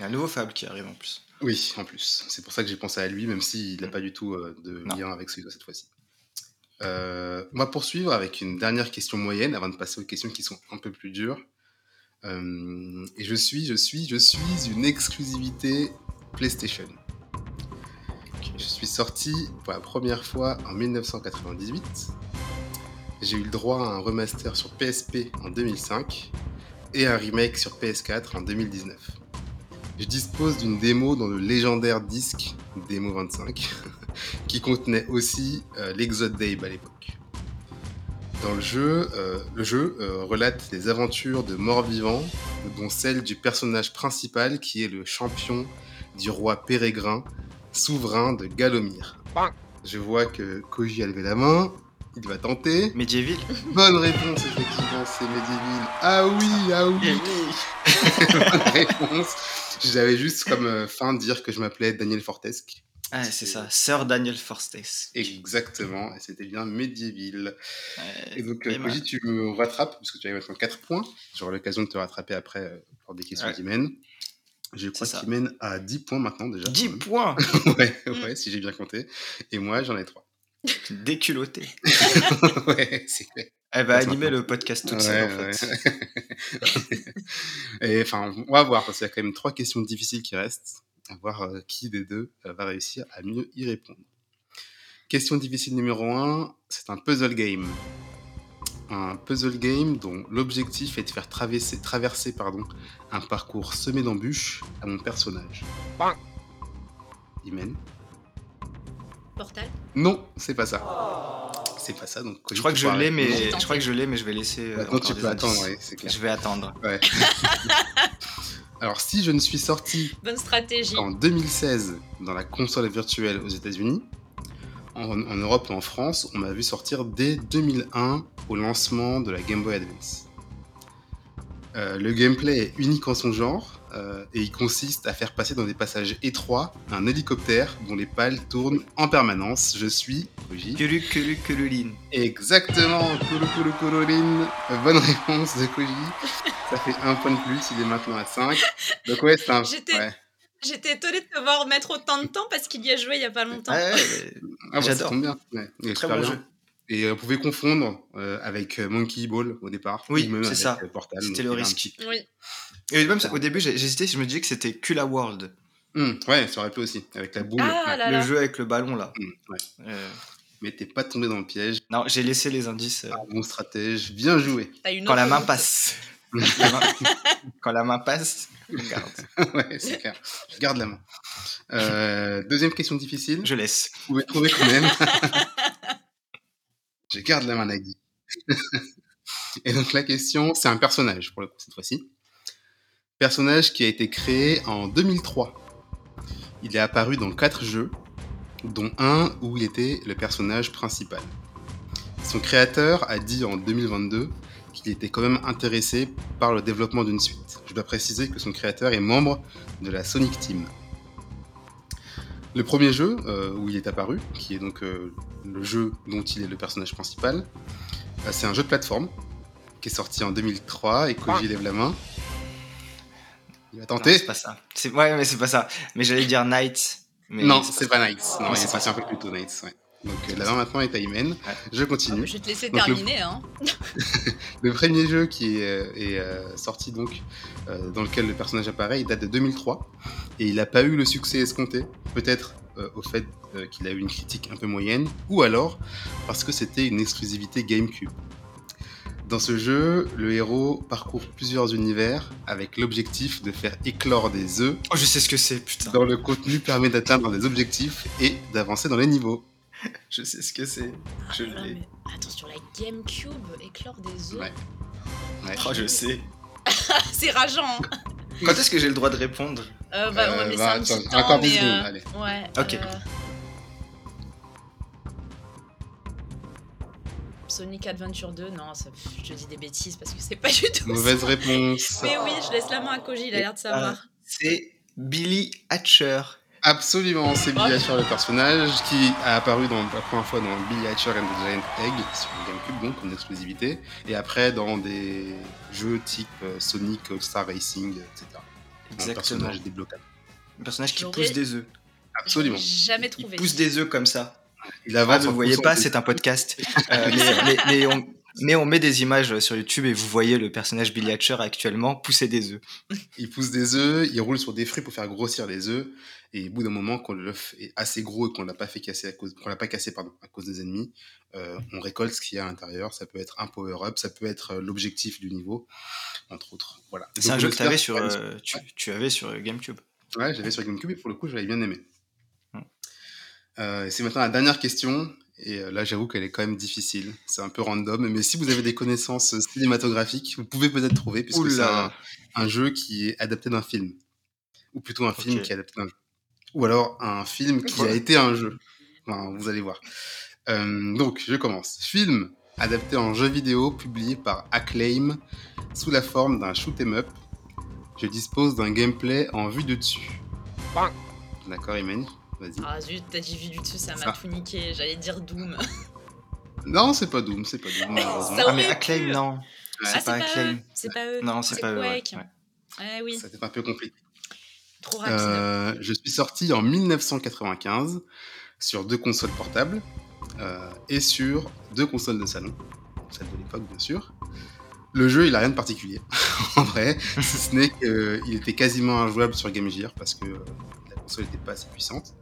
A: y a un nouveau Fable qui arrive en plus.
B: Oui, en plus. C'est pour ça que j'ai pensé à lui, même s'il n'a pas du tout euh, de
A: Non.
B: lien avec celui-là cette fois-ci. Euh, on va poursuivre avec une dernière question moyenne avant de passer aux questions qui sont un peu plus dures. Euh, et je suis, je suis, je suis une exclusivité PlayStation. Je suis sorti pour la première fois en 1998. J'ai eu le droit à un remaster sur PSP en 2005 et un remake sur PS4 en 2019. Je dispose d'une démo dans le légendaire disque Démo 25 qui contenait aussi euh, l'Exode Dabe à l'époque. Dans le jeu, euh, le jeu euh, relate les aventures de morts vivants, dont celle du personnage principal qui est le champion du roi Pérégrin, souverain de Galomir. Je vois que Koji a levé la main, il va tenter.
A: Medieval
B: Bonne réponse, effectivement, c'est Medieval. Ah oui, ah
A: Eh
B: oui bonne réponse. J'avais juste comme euh, fin de dire que je m'appelais Daniel Fortesque.
A: Ah, c'est ça. Sir Daniel Forstes.
B: Exactement, et c'était bien Medieval.
A: Ouais,
B: Et donc, euh,
A: et ma-
B: Koji, tu me rattrapes, parce que tu as maintenant 4 points. J'aurai l'occasion de te rattraper après euh, pour des questions
A: Ouais.
B: qui mènent. Je crois
A: ça. Hmm.
B: qu'il mène à 10 points maintenant déjà.
A: 10 points
B: Ouais,
C: Mm.
B: ouais, si j'ai bien compté. Et moi, j'en ai 3.
A: déculotté.
B: ouais, c'est clair.
A: Elle va
B: Attends.
A: animer Eh ben, le podcast toute seule en
B: Ouais,
A: fait.
B: Et enfin, on va voir, parce qu'il y a quand même trois questions difficiles qui restent. À voir euh, qui des deux euh, va réussir à mieux y répondre. Question difficile numéro 1, c'est un puzzle game. Un puzzle game dont l'objectif est de faire traverser, traverser pardon, un parcours semé d'embûches à mon personnage. Imen
C: Portal.
B: Non, c'est pas ça. C'est pas ça, donc...
A: Je crois que je l'ai, mais
C: Non.
A: je crois que je l'ai, mais je vais laisser. euh,
B: Maintenant, tu
A: encore des
B: peux attendre,
A: indices.
B: ouais, c'est clair.
A: Je vais attendre.
B: Alors, si je ne suis sorti
C: Bonne stratégie.
B: en 2016 dans la console virtuelle aux États-Unis. En, en Europe et en France, on m'a vu sortir dès 2001 au lancement de la Game Boy Advance. Euh, le gameplay est unique en son genre euh, et il consiste à faire passer dans des passages étroits un hélicoptère dont les pales tournent en permanence. Je suis Koji.
A: Culu, culu, cululine.
B: Exactement, Kuru Kuru Kururin. Bonne réponse de Koji. Ça fait un point de plus, il est maintenant à 5. Donc ouais, c'est un...
C: J'étais-
B: ouais.
C: J'étais étonnée de te voir mettre autant de temps parce qu'il y a joué il y a pas longtemps.
A: Ouais, ouais,
B: Ah, bah, ça
A: J'adore.
B: tombe bien. Ouais, il est
A: très
B: super
A: bon
B: bien.
A: jeu.
B: Et euh, on pouvait confondre euh, avec euh, Monkey Ball au départ.
A: Oui,
B: ou même
A: c'est
B: avec,
A: ça.
B: euh, Portal, donc
A: C'était
B: il y
A: le
B: avait un
A: risque.
B: petit-
C: Oui.
A: Et même au début, j'ai- j'hésitais si je me disais que c'était Kula World,
B: Hum, ouais, ça aurait pu aussi, avec la boule.
C: Ah
B: ouais.
C: là
A: le
C: là.
A: jeu avec le ballon là.
B: Hum, ouais.
A: Euh,
B: Mais t'es pas tombé dans le piège.
A: Non, j'ai laissé les indices. euh,
B: Ah, Bon stratège, bien joué.
C: T'as une
A: Quand la
C: autre
A: main
C: route.
A: passe. La main- Quand la main passe, regarde,
B: ouais, c'est clair. Je garde la main. Euh, deuxième question difficile.
A: je laisse.
B: Vous pouvez trouver quand même. je garde la main, Nagui. Et donc la question, c'est un personnage, pour le coup, cette fois-ci. Personnage qui a été créé en 2003. Il est apparu dans quatre jeux, dont un où il était le personnage principal. Son créateur a dit en 2022 qu'il était quand même intéressé par le développement d'une suite. Je dois préciser que son créateur est membre de la Sonic Team. Le premier jeu euh, où il est apparu, qui est donc euh, le jeu dont il est le personnage principal, euh, c'est un jeu de plateforme qui est sorti en 2003 et Koji lève la main. Il va
A: Non,
B: tenter.
A: c'est pas ça. C'est- Ouais, mais c'est pas ça. Mais j'allais dire Night. mais
B: non, c'est pas Knights. Non,
A: Non,
B: il
A: c'est
B: est sorti un peu plus tôt Knights. Ouais. Donc euh, la main maintenant est à Imen. Je
C: Ah,
B: continue.
C: Je vais te laisser
B: Donc, le-
C: terminer. Hein.
B: Le premier jeu qui est, euh, est, euh, sorti donc, euh, dans lequel le personnage apparaît, il date de 2003 et il n'a pas eu le succès escompté. Peut-être euh, au fait euh, qu'il a eu une critique un peu moyenne, ou alors parce que c'était une exclusivité GameCube. Dans ce jeu, le héros parcourt plusieurs univers avec l'objectif de faire éclore des œufs
A: Oh, je sais ce que c'est, putain.
B: dont le contenu permet d'atteindre des objectifs et d'avancer dans les niveaux.
A: Je sais ce que c'est. Je
C: Ah,
A: l'ai.
C: mais Attends, sur la GameCube, éclore des œufs.
B: Ouais. Ouais.
A: Oh, je sais.
C: Ah, C'est rageant. hein.
A: Quand est-ce que j'ai le droit de répondre
C: Euh, bah, on va
B: Euh,
C: me laisser
B: bah,
C: un petit
B: attends,
C: temps.
B: encore dix
C: mais,
B: secondes,
C: euh,
B: allez.
C: Ouais.
A: Ok.
C: euh, Sonic Adventure 2, non, ça- pff, je dis des bêtises parce que c'est pas du tout.
B: Mauvaise
C: ça.
B: réponse.
C: Mais oui, je laisse la main à Koji, il a l'air de savoir.
B: ah,
A: C'est Billy Hatcher.
B: Absolument, c'est Billy
C: Ouais.
B: Hatcher le personnage qui a apparu dans, la première fois dans Billy Hatcher and the Giant Egg sur GameCube, donc en exclusivité, et après dans des jeux type euh, Sonic, All-Star Racing, etc. Un
A: Exactement.
B: personnage débloquable.
A: Un personnage qui
C: J'aurais-
A: pousse des œufs.
B: Absolument.
C: J'ai Jamais
A: Il
C: trouvé.
A: pousse des œufs comme ça.
B: Il avance.
A: Ah, vous
B: en
A: voyez
B: poussant
A: pas,
B: des-
A: c'est un podcast. Euh, mais, mais- mais on, mais on met des images sur YouTube et vous voyez le personnage Billy Hatcher actuellement pousser des œufs.
B: Il pousse des œufs, il roule sur des fruits pour faire grossir les œufs, et au bout d'un moment, quand l'œuf est assez gros et qu'on l'a pas fait casser à cause, qu'on l'a pas cassé pardon, à cause des ennemis, euh, on récolte ce qu'il y a à l'intérieur. Ça peut être un power-up, ça peut être euh, l'objectif du niveau, entre autres. Voilà.
A: C'est
B: Donc,
A: un
B: on
A: jeu que
B: espère
A: t'avais sur,
B: faire-
A: euh, tu, tu avais sur GameCube.
B: Ouais, j'avais sur GameCube et pour le coup, j'avais bien aimé.
A: Hmm.
B: Euh, et c'est maintenant la dernière question. Et euh, là, j'avoue qu'elle est quand même difficile. C'est un peu random. Mais si vous avez des connaissances cinématographiques, vous pouvez peut-être trouver, puisque c'est un,
A: Oula.
B: un jeu qui est adapté d'un film. Ou plutôt un film
A: Ok.
B: qui est adapté d'un jeu. Ou alors un film qui a
A: Ouais.
B: été un jeu. Enfin, vous allez voir. Euh, donc, je commence. Film adapté en jeu vidéo, publié par Acclaim, sous la forme d'un shoot 'em up. Je dispose d'un gameplay en vue de dessus. D'accord, Imani Vas-y.
C: Ah zut, t'as dit vu du dessus, ça
B: Ça.
C: m'a tout niqué. J'allais dire Doom. Ah,
B: Non, c'est pas Doom, c'est pas Doom, malheureusement.
C: ça
A: Ah, mais
C: aurait
A: Acclaim,
C: pu.
A: non.
C: Ah, c'est
A: pas
C: pas
A: Acclaim.
C: eux. C'est pas eux.
A: Non, c'est
C: C'est
A: pas eux. ouais,
C: Quake.
A: ouais.
C: Ah oui,
B: Ça fait un peu compliqué.
C: trop rapide.
B: Euh, je suis sorti en 1995 sur deux consoles portables euh, et sur deux consoles de salon, celle de l'époque bien sûr. Le jeu, il a rien de particulier, en vrai, si ce n'est qu'il était quasiment injouable sur Game Gear parce que euh, la console n'était pas assez puissante.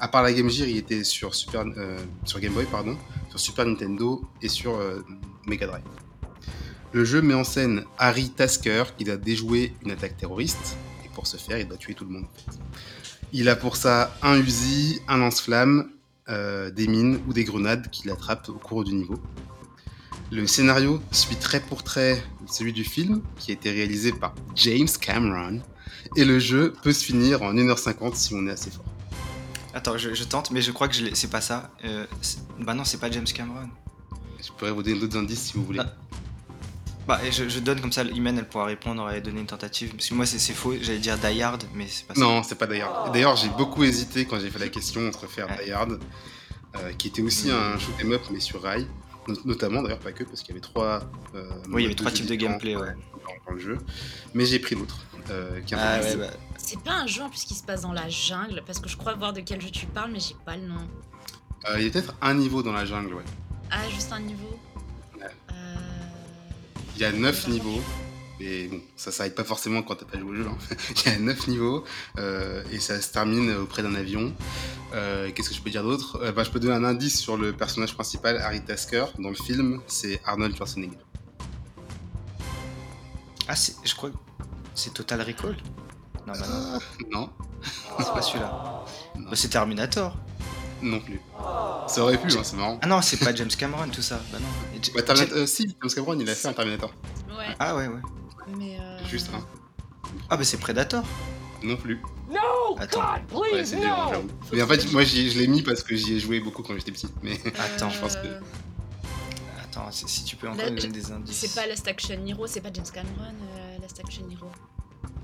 B: À part la Game Gear, il était sur, Super, euh, sur Game Boy, pardon, sur Super Nintendo et sur euh, Mega Drive. Le jeu met en scène Harry Tasker qui doit déjouer une attaque terroriste et pour ce faire, il doit tuer tout le monde. en fait. Il a pour ça un Uzi, un lance-flamme, euh, des mines ou des grenades qu'il attrape au cours du niveau. Le scénario suit trait pour trait celui du film qui a été réalisé par James Cameron et le jeu peut se finir en 1h50 si on est assez fort.
A: Attends, je, je tente, mais je crois que je l'ai- c'est pas ça. Euh, c'est- bah non, c'est pas James Cameron.
B: Je pourrais vous donner d'autres indices si vous voulez.
A: Ah. Bah, et je, je donne comme ça, Imen, elle pourra répondre et donner une tentative. Parce que moi, c'est c'est faux, j'allais dire Die Hard, mais Ah, c'est pas ça.
B: Non, c'est pas Die Hard. D'ailleurs, j'ai beaucoup hésité quand j'ai fait la question entre faire
A: Ouais.
B: Die Hard, euh, qui était aussi un shoot 'em up mais sur rail, Not- notamment d'ailleurs pas que parce qu'il y avait trois. euh,
A: Oui, il y
B: modes
A: avait trois
B: jeu
A: types de
B: différents,
A: gameplay, ouais.
B: dans- dans le jeu. Mais j'ai pris l'autre. euh, qui est un
A: Ah
B: peu
A: ouais,
B: plus-
A: bah,
C: C'est pas un jeu en plus qui se passe dans la jungle, parce que je crois voir de quel jeu tu parles, mais j'ai pas le nom.
B: Euh, il y a peut-être un niveau dans la jungle, ouais.
C: Ah, juste un niveau
B: Ouais.
C: Euh,
B: Il y a 9
C: Ouais.
B: niveaux. Et bon, ça s'arrête pas forcément quand t'as pas joué au jeu. hein. Il y a 9 niveaux euh, et ça se termine auprès d'un avion. Euh, Qu'est-ce que je peux dire d'autre Euh, bah, Je peux donner un indice sur le personnage principal, Harry Tasker. Dans le film, c'est Arnold Schwarzenegger.
A: Ah, c'est- je crois que c'est Total Recall Non, bah non,
B: Non,
A: c'est pas celui-là.
B: Non.
A: Bah, c'est Terminator.
B: non plus. Ça aurait pu, hein, c'est marrant.
A: Ah non, c'est pas James Cameron, tout ça. Bah non. Et J-
B: Bah, Terminator- euh, si, James Cameron, il a fait un Terminator.
C: Ouais,
A: Ah ouais, ouais.
C: mais. euh,
B: Juste un.
A: Ah, bah c'est Predator.
B: Non plus.
C: Oh,
A: Attends,
B: Ouais, c'est dur, j'avoue. Mais en fait, moi, j'y- je l'ai mis parce que j'y ai joué beaucoup quand j'étais petit. Mais
A: Attends,
B: je pense que-
C: euh,
A: attends, si si tu peux encore
C: Là,
A: nous
C: je-
A: donner des indices.
C: C'est pas Last Action Hero, c'est pas James Cameron, euh, Last Action Hero.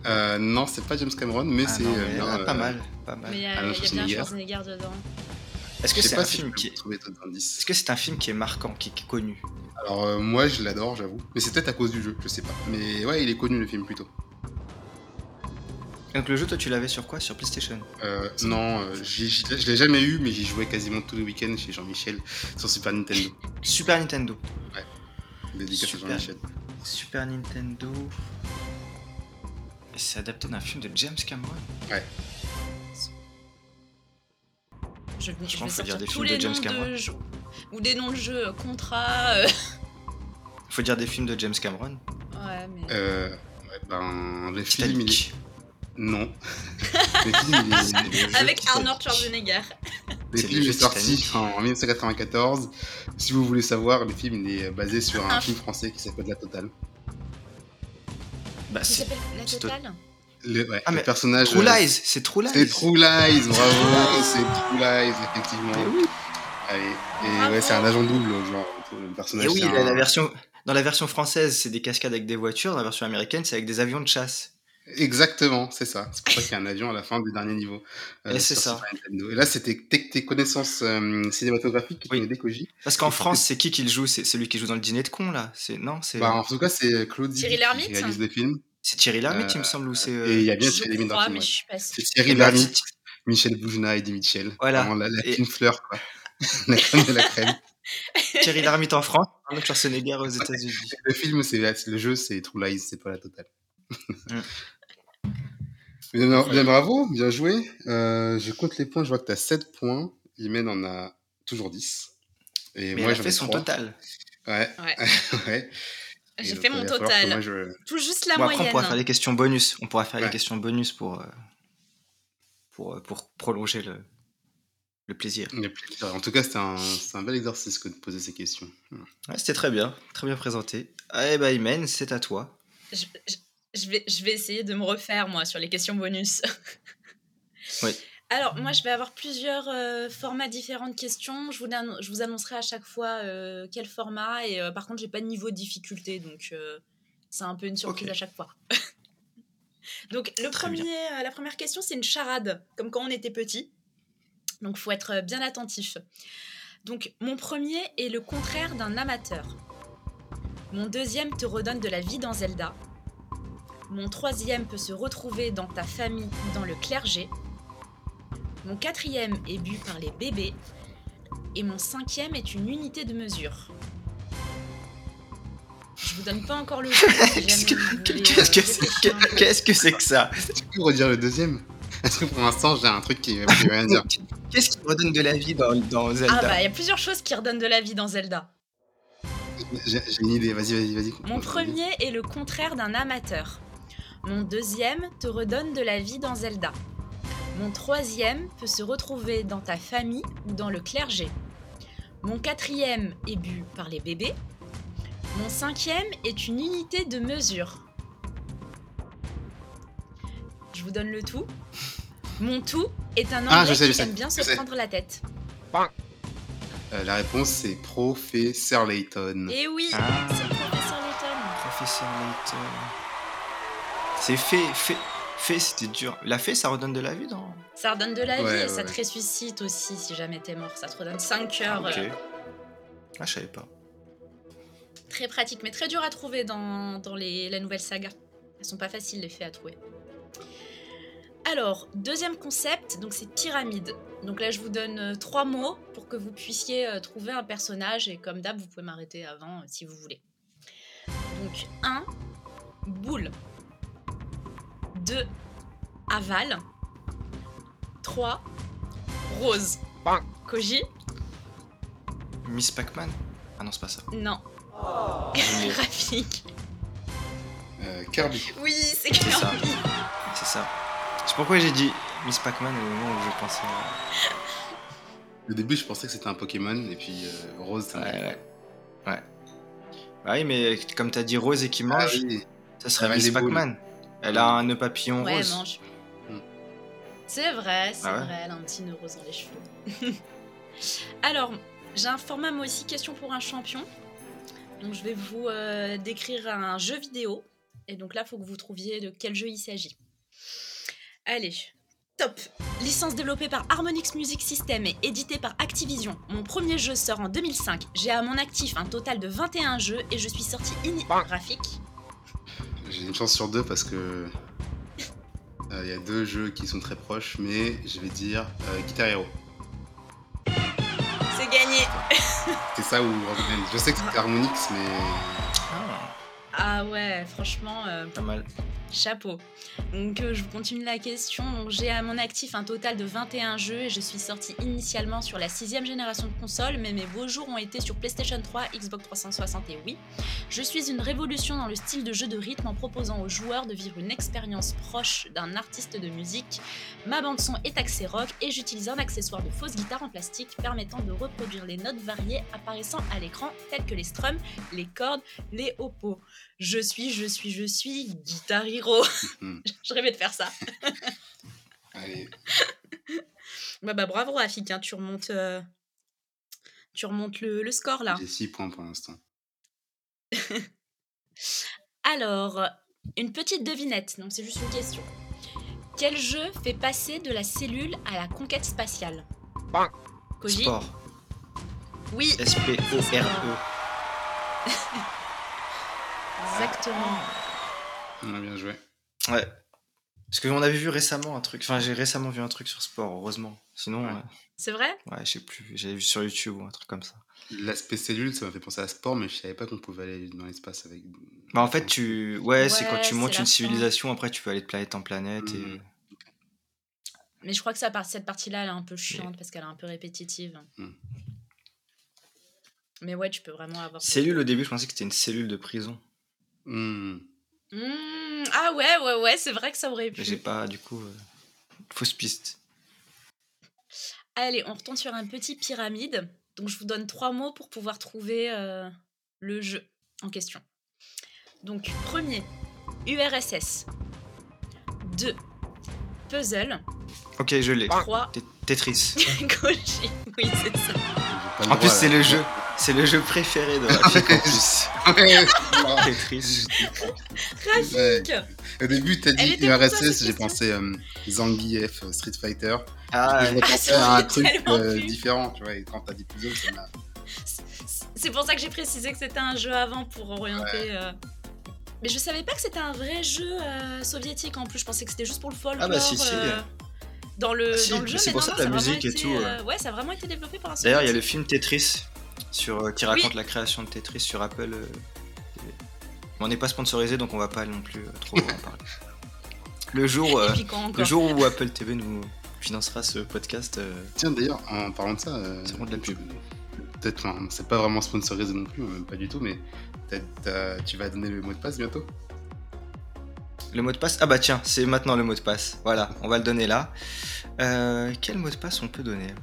B: euh, non, c'est pas James Cameron, mais
A: Ah
B: c'est.
A: non,
B: euh,
A: mais,
B: bien,
A: ah,
B: euh,
A: pas mal, pas mal.
C: Mais il y a,
B: Arnold
C: il y a bien
B: Schwarzenegger.
C: Schwarzenegger dedans.
A: Est-ce
B: Je
A: que
B: sais
A: c'est
B: pas
A: un
B: si
A: film
B: je
A: qui
B: peux trouver d'autres indices.
A: est-ce que c'est un film qui est marquant, qui, qui est connu
B: Alors euh, moi je l'adore j'avoue, mais c'est peut-être à cause du jeu, je sais pas. Mais ouais il est connu le film plutôt.
A: Donc le jeu, toi, tu l'avais sur quoi Sur PlayStation
B: Euh, non, euh, j'y- j'y- je l'ai jamais eu mais j'y jouais quasiment tous les week-ends chez Jean-Michel sur Super Nintendo.
A: Super Nintendo.
B: Dédicace
A: Super.
B: à Jean-Michel.
A: Super Nintendo. Et c'est adapté d'un film de James Cameron
C: Je, vais- je
A: Franchement,
C: vais
A: faut dire
C: sortir
A: des
C: tous
A: films de
C: les
A: James
C: noms
A: Cameron.
C: de jeux. Ou des noms de jeux, euh, Contra. euh,
A: Faut dire des films de James Cameron.
C: Ouais, mais.
B: Euh, ouais, ben le film il est...
A: Titanic.
B: Non. le film il est... le jeu
C: Avec
B: Titanic.
C: Arnold Schwarzenegger.
B: Le
A: C'est le
B: film
A: jeu
B: est sorti
A: Titanic.
B: en 1994. Si vous voulez savoir, le film il est basé sur un
C: Ah.
B: film français qui s'appelle La Totale.
A: Bah,
C: Qui
A: c'est-
C: s'appelle La
A: c'est-
C: Totale
B: Le, ouais,
A: Ah,
B: le
A: mais
B: personnage...
A: True
B: euh,
A: Lies, c'est True Lies.
B: C'est True Lies, bravo, c'est True Lies, effectivement.
A: Mais Eh oui.
B: Allez, et
C: Bravo.
B: ouais, c'est un agent double, genre, le personnage.
A: Et Eh oui,
B: c'est
A: la,
B: un-
A: la version... dans la version française, c'est des cascades avec des voitures. Dans la version américaine, c'est avec des avions de chasse.
B: Exactement, c'est ça. C'est pour ça qu'il y a un avion à la fin du dernier niveau. euh,
A: Et Eh, c'est
B: sur
A: ça.
B: Super Nintendo. Et là, c'était tes, tes connaissances euh, cinématographiques qui
A: Oui.
B: t'ont aidé, Koji.
A: Parce qu'en France, c'est qui qui le joue C'est celui qui joue dans le dîner de con, là C'est Non, c'est
B: Bah, en tout cas, c'est Claude Zidi
C: Thierry
B: qui
C: Lhermitte
B: réalise le film.
A: c'est Thierry Lhermitte, il me semble, ou c'est. euh,
B: et il y a Eh bien
C: Je
B: Thierry Lhermitte dans le
C: crois,
B: film.
C: mais je
B: ouais.
C: suis pas sûre.
B: C'est Thierry
A: et bah,
B: Lhermitte,
A: Titi-
B: Michel Boujna, Eddie Mitchell.
A: Voilà.
B: Vraiment, la, la
A: Et-
B: team fleur, quoi. la crème de la crème.
A: Thierry Lhermitte en France, Arnold Schwarzenegger aux États-Unis.
B: Le film, c'est le jeu, c'est True Lies, c'est pas la totale.
A: Mm.
B: bien, bien- bien bravo, bien joué. Euh, je compte les points, je vois que tu as 7 points. Imen en a toujours 10. Et
A: Mais
B: moi,
A: elle a
B: j'en ai
A: fait son
B: trois.
A: total.
B: Ouais.
C: Ouais.
B: ouais. Et
C: J'ai
B: donc,
C: fait
B: il
C: mon
B: va falloir que Moi,
C: total.
B: je...
C: Tout juste la
A: Bon, après, on
C: moyenne. hein.
A: pourra faire les questions bonus. On pourra faire les
B: Ouais.
A: questions bonus pour, euh, pour, euh, pour prolonger le, le plaisir.
B: il y a plus de- En tout cas, c'est un, c'est un bel exercice que de poser ces questions.
A: Ouais, C'était très bien, très bien présenté. Eh bah, Imen, c'est à toi.
C: Je, je- je vais, je vais essayer de me refaire, moi, sur les questions bonus.
A: Oui.
C: Alors, moi, je vais avoir plusieurs euh, formats différents de questions. Je vous, l'annon- je vous annoncerai à chaque fois euh, quel format. Et euh, par contre, j'ai pas de niveau de difficulté, donc euh, c'est un peu une surprise
A: Ok.
C: à chaque fois. donc, le
A: Très bien.
C: premier, euh, la première question, c'est une charade, comme quand on était petit. Donc, faut être euh, bien attentif. Donc, mon premier est le contraire d'un amateur. Mon deuxième te redonne de la vie dans Zelda. Mon troisième peut se retrouver dans ta famille ou dans le clergé. Mon quatrième est bu par les bébés. Et mon cinquième est une unité de mesure. Je vous donne pas encore le jeu. si jamais
A: Qu'est-ce que
C: vous voulez, euh,
A: qu'est-ce que c'est
C: réfléchir un peu.
A: qu'est-ce que c'est que ça
B: Tu peux redire le deuxième Parce que pour l'instant, j'ai un truc qui ne veut rien dire.
A: Qu'est-ce qui redonne de la vie dans, dans Zelda
C: Ah bah, il y a plusieurs choses qui redonnent de la vie dans Zelda.
B: J'ai j'ai une idée, vas-y, vas-y, vas-y.
C: Mon premier est le contraire d'un amateur. Mon deuxième te redonne de la vie dans Zelda. Mon troisième peut se retrouver dans ta famille ou dans le clergé. Mon quatrième est bu par les bébés. Mon cinquième est une unité de mesure. Je vous donne le tout. Mon tout est un anglais
B: Ah, je sais, je
C: qui
B: sais,
C: aime bien
B: je
C: se
B: sais.
C: prendre la tête.
B: Euh, la réponse, c'est Professeur Layton.
C: Et Eh oui,
A: Ah.
C: c'est le professeur Layton.
A: Professeur Layton. C'est fait, fait. Fait, c'était dur. La fée, ça redonne de la vie dans.
C: Ça redonne de la vie
B: Ouais,
C: et ça
B: ouais,
C: te
B: ouais.
C: ressuscite aussi si jamais t'es mort. Ça te redonne 5
A: Ah,
C: heures.
A: ok.
C: euh,
A: Ah, je savais pas.
C: très pratique, mais très dur à trouver dans, dans les, la nouvelle saga. Elles sont pas faciles, les faits à trouver. Alors, deuxième concept, donc c'est pyramide. Donc là, je vous donne euh, trois mots pour que vous puissiez euh, trouver un personnage, et comme d'hab, vous pouvez m'arrêter avant euh, si vous voulez. Donc, 1, boule. 2, aval. 3, rose. Koji
A: Miss Pac-Man Ah non, c'est pas ça.
C: Non. Graphique.
B: Euh, Kirby.
C: Oui, c'est
A: C'est ça.
C: Kirby.
A: C'est ça. C'est pourquoi j'ai dit Miss Pac-Man au moment où je pensais. à-
B: Au début, je pensais que c'était un Pokémon, et puis euh, Rose, ça m'a-
A: Ouais, ouais. Ouais. Bah oui, mais comme t'as dit rose et qui
B: Ah
A: mange,
B: oui.
A: ça serait
B: Elle a
A: Miss
B: des boules.
A: Pac-Man. Elle a un nœud papillon
C: Ouais,
A: rose.
C: mange.
B: Hmm.
C: C'est vrai, c'est
A: Ah ouais
C: vrai, elle a un petit nœud rose dans les cheveux. Alors, j'ai un format moi aussi, question pour un champion. Donc, je vais vous euh, décrire un jeu vidéo. Et donc là, il faut que vous trouviez de quel jeu il s'agit. Allez, top Licence développée par Harmonix Music System et éditée par Activision. Mon premier jeu sort en 2005. J'ai à mon actif un total de 21 jeux et je suis sorti in graphique.
B: J'ai une chance sur deux parce que. euh, Il y a deux jeux qui sont très proches, mais je vais dire euh, Guitar Hero.
C: C'est gagné
B: C'est ça ou Rocket Band. Je sais que c'est Harmonix, mais.
A: Ah,
C: Ah ouais, franchement... euh,
A: pas mal.
C: Chapeau. Donc euh, je vous continue la question. Donc, J'ai à mon actif un total de 21 jeux et je suis sortie initialement sur la sixième génération de consoles, mais mes beaux jours ont été sur PlayStation 3, Xbox 360 et Wii. Je suis une révolution dans le style de jeu de rythme en proposant aux joueurs de vivre une expérience proche d'un artiste de musique. Ma bande son est axée rock et j'utilise un accessoire de fausse guitare en plastique permettant de reproduire les notes variées apparaissant à l'écran telles que les strums, les cordes, les oppos. Je suis, je suis, je suis Guitar Hero.
B: Mhm.
A: Mm-hmm.
C: je rêvais de faire ça.
B: Allez.
C: Bah, bah bravo Rafik, hein, tu remontes, euh, tu remontes le, le score là.
B: J'ai 6 points pour l'instant.
C: Alors, une petite devinette, donc c'est juste une question. Quel jeu fait passer de la cellule à la conquête spatiale
A: Bang.
C: Koji
A: Sport.
C: Oui,
A: S-P-O-R-E.
C: exactement.
B: On a bien joué.
A: Ouais. Parce qu'on avait vu récemment un truc. Enfin, j'ai récemment vu un truc sur sport, heureusement. Sinon,
B: Ouais.
A: euh,
C: C'est vrai
A: ouais, je sais plus. J'avais vu sur YouTube ou un truc comme ça.
B: L'aspect cellule, ça m'a fait penser à sport, mais je savais pas qu'on pouvait aller dans l'espace avec.
A: Bah, en fait, tu. Ouais, c'est quand
C: Ouais,
A: tu
C: c'est
A: montes
C: la
A: une
C: fin.
A: civilisation, après, tu peux aller de planète en planète. Et...
B: Mhm.
C: Mais je crois que ça, part- cette partie-là, elle est un peu chiante parce qu'elle est un peu répétitive.
A: Mm.
B: Hmm.
C: Mais ouais, tu peux vraiment avoir.
A: Cellule, au début, je pensais que c'était une cellule de prison.
B: Hmm.
C: Hmm, ah ouais, ouais, ouais, c'est vrai que ça aurait pu.
A: Mais j'ai pas, du coup, euh, fausse piste.
C: Allez, on retourne sur un petit pyramide. Donc, je vous donne trois mots pour pouvoir trouver euh, le jeu en question. Donc, premier, URSS. Deux, puzzle.
A: Ok, je l'ai.
C: Trois,
A: Té- Tetris.
C: Koji. Oui, c'est ça.
B: J'ai pas
A: En plus,
B: droit,
A: c'est
B: là.
A: le jeu. C'est le jeu préféré de Rafik, en plus.
B: Ouais.
A: Tetris.
C: Rafik
B: Au début, t'as
C: Ah, Elle
B: dit
C: était pour toi,
B: URSS,
C: cette
B: j'ai
C: question.
B: pensé euh, Zangief, euh, Street Fighter.
A: Ah,
B: je
A: ouais.
B: vais penser
C: ça
B: à un
C: m'aurait
B: truc
C: tellement
B: euh,
C: plu.
B: différent, tu vois. Et quand t'as dit puzzle, ça m'a.
C: C'est pour ça que j'ai précisé que c'était un jeu avant pour orienter. euh. Mais je savais pas que c'était un vrai jeu euh, soviétique en plus. Je pensais que c'était juste pour le folklore. euh,
A: Ah bah si, si.
C: dans le,
A: Ah si,
C: dans le
A: mais
C: jeu,
A: c'est
C: mais
A: pour
C: non,
A: ça
C: non,
A: la
C: a vraiment
A: musique et
C: été,
A: tout, ouais.
C: euh, ouais, ça a vraiment été développé par un
A: D'ailleurs, il y a
C: Soviétique.
A: le film Tetris sur, euh, qui raconte la création de Tetris sur Apple. euh, TV. Mais on n'est pas sponsorisé, donc on va pas non plus euh, trop en parler. Le jour, euh,
C: Et puis quand encore.
A: le jour où Apple TV nous financera ce podcast, euh,
B: Tiens, d'ailleurs, en parlant de ça. euh,
A: C'est vraiment de la pub.
B: Peut-être, enfin, c'est pas vraiment sponsorisé non plus, même pas du tout, mais t'as- t'as- tu vas donner le mot de passe bientôt
A: le mot de passe. Ah bah tiens, c'est maintenant le mot de passe. Voilà, on va le donner là. Euh, quel mot de passe on peut donner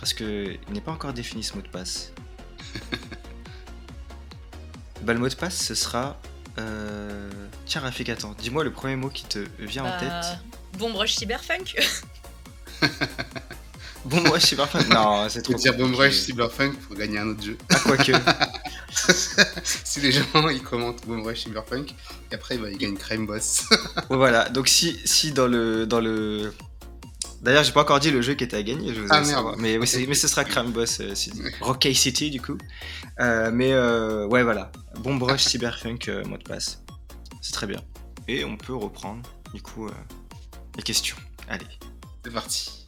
A: Parce que il n'est pas encore défini ce mot de passe. bah le mot de passe, ce sera. euh, Tiens Rafik, attends, dis-moi le premier mot qui te vient en tête.
C: Bah, Bon brush cyberpunk.
A: Bon, moi, je suis pas fan. Non, c'est
B: Tu
A: trop.
B: peux dire
A: compliqué.
B: Bomb Rush, Cyberpunk pour gagner un autre jeu.
A: Ah, quoique.
B: si les gens ils commentent Boom Rush Cyberpunk, et après bah, ils gagnent Crime Boss.
A: Ouais, voilà, donc si, si dans le. Dans le... D'ailleurs, j'ai pas encore dit le jeu qui était à gagner, je vous
B: Ah,
A: laisse
B: merde.
A: savoir. Mais, mais, c'est- mais ce sera Crime Boss euh, City. Rockay City, du coup. Euh, mais euh, ouais, voilà. Bon brush Cyberpunk, euh, mot de passe. C'est très bien. Et on peut reprendre, du coup, euh, les questions. Allez.
B: C'est parti.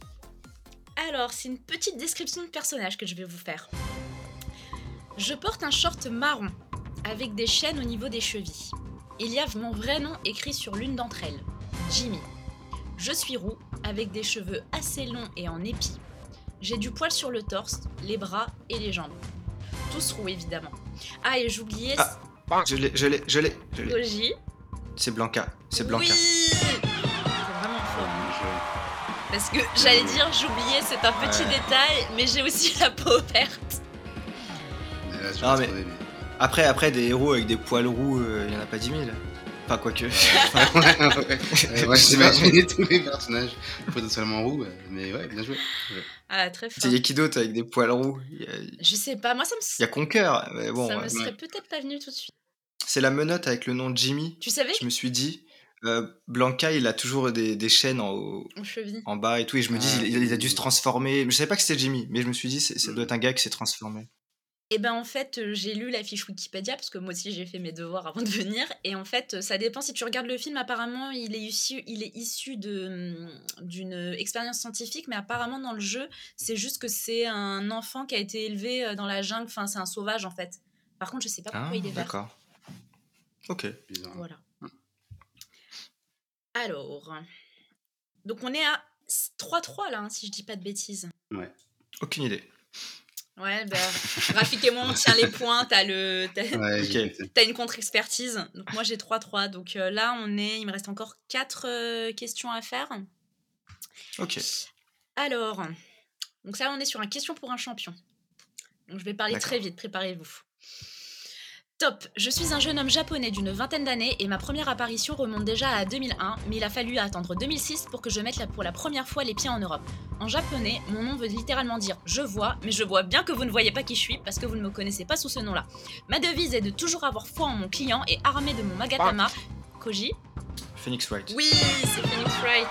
C: Alors, c'est une petite description de personnage que je vais vous faire. Je porte un short marron, avec des chaînes au niveau des chevilles. Il y a mon vrai nom écrit sur l'une d'entre elles, Jimmy. Je suis roux, avec des cheveux assez longs et en épi. J'ai du poil sur le torse, les bras et les jambes. Tous roux, évidemment. Ah, et j'oubliais
A: Ah, Je l'ai, je l'ai, je l'ai, je l'ai.
C: Koji.
A: C'est Blanca. C'est
C: Oui
A: Blanca.
C: C'est vraiment fort.
B: Je-
C: Parce que j'allais dire, j'oubliais, c'est un petit
A: Euh, Ouais.
C: détail, mais j'ai aussi la peau verte.
B: mais là, je
A: Ah,
B: vais
A: mais-
B: trouver, mais-
A: Après, après, des héros avec des poils roux, euh, il y en a pas 10 000. Pas quoique.
B: ouais, ouais, ouais,
A: C'est
B: j'imaginais tous les personnages potentiellement roux, euh, mais ouais, bien joué.
C: Ah, très fort.
A: Il y a qui d'autre avec des poils roux Il y, a- il
C: Je sais pas, moi ça me,
A: y a Conker. Mais bon,
C: ça me
A: euh,
C: serait peut-être pas venu tout de suite.
A: c'est la menotte avec le nom de Jimmy.
C: Tu savais
A: Je me suis dit, euh, Blanca, il a toujours des, des chaînes en, haut-
C: On cheville.
A: en bas et tout. Et je me dis,
B: Ah,
A: il, il a dû
B: oui.
A: se transformer. Je savais pas que c'était Jimmy, mais je me suis dit, c'est- ça
B: Mm.
A: doit être un gars qui s'est transformé.
C: Eh ben en fait, euh, j'ai lu la fiche Wikipédia, parce que moi aussi j'ai fait mes devoirs avant de venir, et en fait, euh, ça dépend si tu regardes le film, apparemment il est issu, il est issu de, hum, d'une expérience scientifique, mais apparemment dans le jeu, c'est juste que c'est un enfant qui a été élevé euh, dans la jungle, enfin c'est un sauvage en fait. Par contre, je sais pas pourquoi
A: Ah,
C: il est vert.
A: d'accord. Ok.
B: Bizarre.
C: Voilà. Alors, donc on est à 3-3 là, hein, si je dis pas de bêtises.
A: Aucune idée.
C: Ouais, bah, Rafik et moi, on tient les points, t'as le... t'as-
B: Ouais,
A: Ok.
B: j'ai- c'est-
C: t'as une contre-expertise. Donc moi, j'ai 3-3. Donc euh, là, on est... il me reste encore 4 questions à faire.
A: Ok.
C: Alors, donc ça, on est sur un question pour un champion. Donc je vais parler
A: D'accord.
C: très vite, préparez-vous. Top, je suis un jeune homme japonais d'une vingtaine d'années et ma première apparition remonte déjà à 2001, mais il a fallu attendre 2006 pour que je mette la- pour la première fois les pieds en Europe. En japonais, mon nom veut littéralement dire je vois, mais je vois bien que vous ne voyez pas qui je suis parce que vous ne me connaissez pas sous ce nom-là. Ma devise est de toujours avoir foi en mon client et armé de mon magatama, Koji.
A: Phoenix Wright.
C: Oui, c'est Phoenix Wright.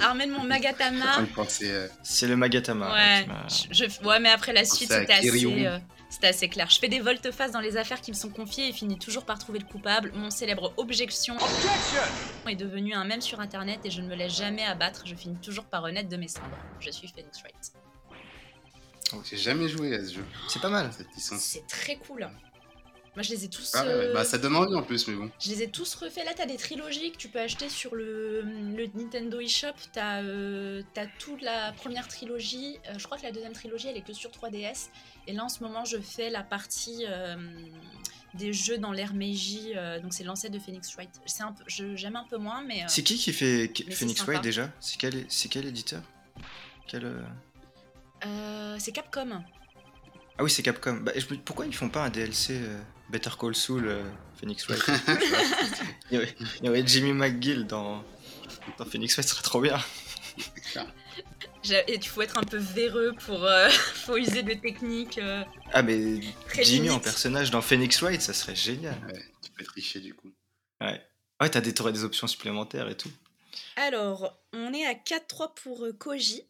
C: Armé de mon
B: en train
C: Magatama.
B: de penser, euh,
A: C'est le Magatama.
C: Ouais,
A: qui m'a-
C: je- je- ouais, mais après la suite,
B: à
C: c'était assez,
B: Kiryu.
C: euh, c'était assez clair. Je fais des volte-face dans les affaires qui me sont confiées et finis toujours par trouver le coupable. Mon célèbre objection est devenu un mème sur internet et je ne me laisse jamais abattre. Je finis toujours par renaître de mes cendres. Je suis Phoenix Wright.
B: J'ai jamais joué à ce jeu,
A: C'est pas mal.
B: Ah, cette licence.
C: C'est très cool. Moi, je les ai tous.
B: Ah ouais, ouais,
C: euh,
B: bah ça donne envie en plus, mais bon.
C: Je les ai tous refaits. Là, t'as des trilogies que tu peux acheter sur le, le Nintendo eShop. T'as euh, t'as toute la première trilogie. Euh, je crois que la deuxième trilogie, elle est que sur 3DS. Et là, en ce moment, je fais la partie euh, des jeux dans l'ère Meiji. euh, donc, c'est l'ancêtre de Phoenix Wright. C'est un peu- je- J'aime un peu moins, mais euh,
A: C'est qui qui fait qui-
C: Mais c'est
A: Phoenix
C: sympa.
A: Wright déjà C'est quel, c'est quel éditeur Quel, euh,
C: euh, c'est Capcom.
A: Ah oui, c'est Capcom. Bah, je me- Pourquoi ils font pas un DLC euh, Better Call Saul euh, Phoenix Wright il, y aurait, il y aurait Jimmy McGill dans, dans Phoenix Wright, ce serait trop bien.
C: J'ai- Et tu faut être un peu véreux pour euh, faut user de techniques euh,
A: Ah, mais
C: très
A: Jimmy en
C: limites.
A: personnage dans Phoenix Wright, ça serait génial. Ah
B: Tu peux tricher du coup.
A: Ouais, t'as des, t'aurais des options supplémentaires et tout.
C: Alors, on est à 4-3 pour euh, Koji.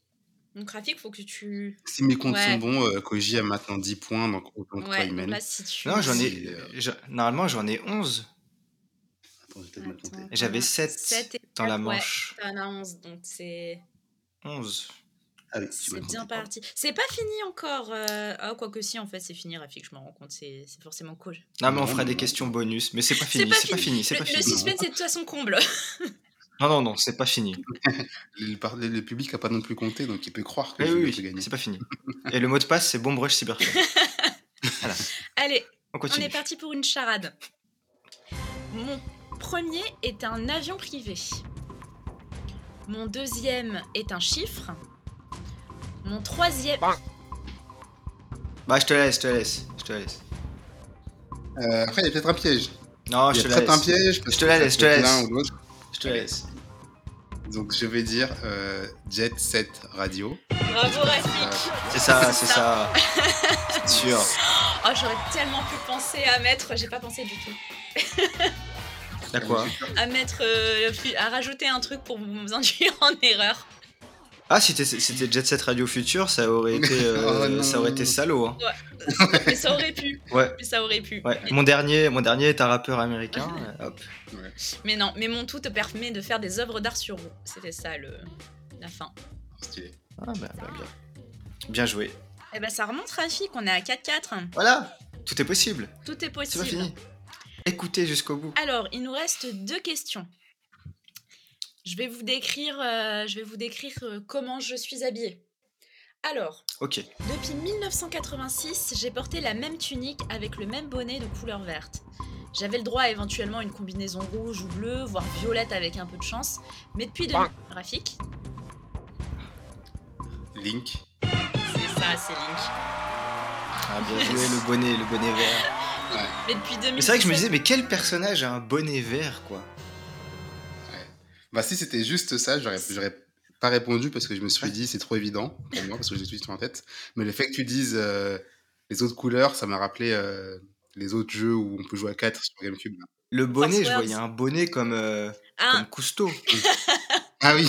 C: Donc, Rafik, faut que tu
B: Si mes comptes
C: Ouais.
B: sont bons, euh, Koji a maintenant 10 points, donc autant que toi,
C: Ouais, bah,
B: il
C: donc
B: mène.
C: là, si tu...
A: Non, j'en
B: C'est,
A: ai.
B: euh,
A: je- Normalement, j'en ai 11.
B: Attends, je
C: Ah,
B: vais peut-être mal compter.
A: Et J'avais 7,
C: Sept et
A: dans la
C: quatre, ouais.
A: manche.
C: T'en as 11, donc c'est
A: 11.
B: Ah oui, tu m'as
C: c'est bien
B: compté, pardon.
C: parti. C'est pas fini encore. euh, Ah, quoi que si, en fait, c'est fini, Rafik, je m'en rends compte. C'est c'est forcément cool.
A: Non, mais on
B: Non,
A: fera
B: non,
A: des
B: non.
A: questions bonus. Mais c'est pas
C: C'est
A: fini,
C: pas
A: c'est pas fini, c'est pas
C: Le, le
A: fini.
C: suspense est de toute façon comble.
A: Non, non, non, c'est pas fini.
B: Le, par- le- le public a pas non plus compté, donc il peut croire que
A: Oui,
B: je
A: oui,
B: vais
A: oui,
B: gagner.
A: c'est pas fini. Et le mot de passe, c'est bon brush cyberpunk. voilà,
C: Allez,
A: on
C: on
A: continue.
C: est parti pour une charade. Mon premier est un avion privé. Mon deuxième est un chiffre. Mon troisième.
A: Bah, je te laisse, je te laisse, je te laisse.
B: Euh, après, il y a peut-être un piège.
A: Non, je
B: il y
A: te
B: a
A: laisse.
B: peut-être un piège. parce
A: Je te
B: que
A: la
B: ça
A: laisse, je
B: peut
A: te
B: être
A: laisse.
B: L'un ou l'autre.
A: Je te laisse.
B: Donc je vais dire euh, Jet Set Radio.
C: Bravo, Rafik
A: C'est ça, c'est ça. C'est sûr.
C: Oh, j'aurais tellement pu penser à mettre, j'ai pas pensé du tout,
A: T'as quoi
C: à mettre, euh, à rajouter un truc pour vous induire en erreur.
A: Ah, si t'es- c'était Jet Set Radio Future, ça aurait été, euh,
B: Oh non.
A: ça aurait été salaud. hein.
C: Mais ça aurait pu.
A: Ouais.
C: Mais ça aurait pu.
A: Ouais. Mon dernier, mon dernier est un rappeur américain. euh, hop.
C: Mais non, mais mon tout te permet de faire des œuvres d'art sur vous. C'était ça le la fin.
B: Stylé.
A: Ah, bah, bah, bien. Bien joué.
C: Eh ben ça remonte Rafik, on est à 4-4.
A: Voilà, tout est possible.
C: Tout est
A: C'est
C: possible.
A: pas fini. Écoutez jusqu'au bout.
C: Alors, il nous reste deux questions. Je vais vous décrire, euh, je vais vous décrire euh, comment je suis habillée. Alors,
A: Ok.
C: depuis 1986, j'ai porté la même tunique avec le même bonnet de couleur verte. J'avais le droit à éventuellement une combinaison rouge ou bleue, voire violette avec un peu de chance. Mais depuis 2000... Rafik
B: Link.
C: C'est ça, c'est Link.
A: Ah, bien joué, le bonnet, le bonnet vert.
C: Mais depuis 2000...
A: Mais c'est vrai que je me disais, mais quel personnage a un bonnet vert, quoi
B: Bah si c'était juste ça, j'aurais, j'aurais pas répondu parce que je me suis dit c'est trop évident pour moi parce que j'ai tout de suite en tête. Mais le fait que tu dises euh, les autres couleurs, ça m'a rappelé euh, les autres jeux où on peut jouer à 4 sur GameCube. là.
A: Le bonnet, je
C: Words.
A: voyais un bonnet comme, euh,
C: Ah,
A: comme Cousteau.
B: Ah oui,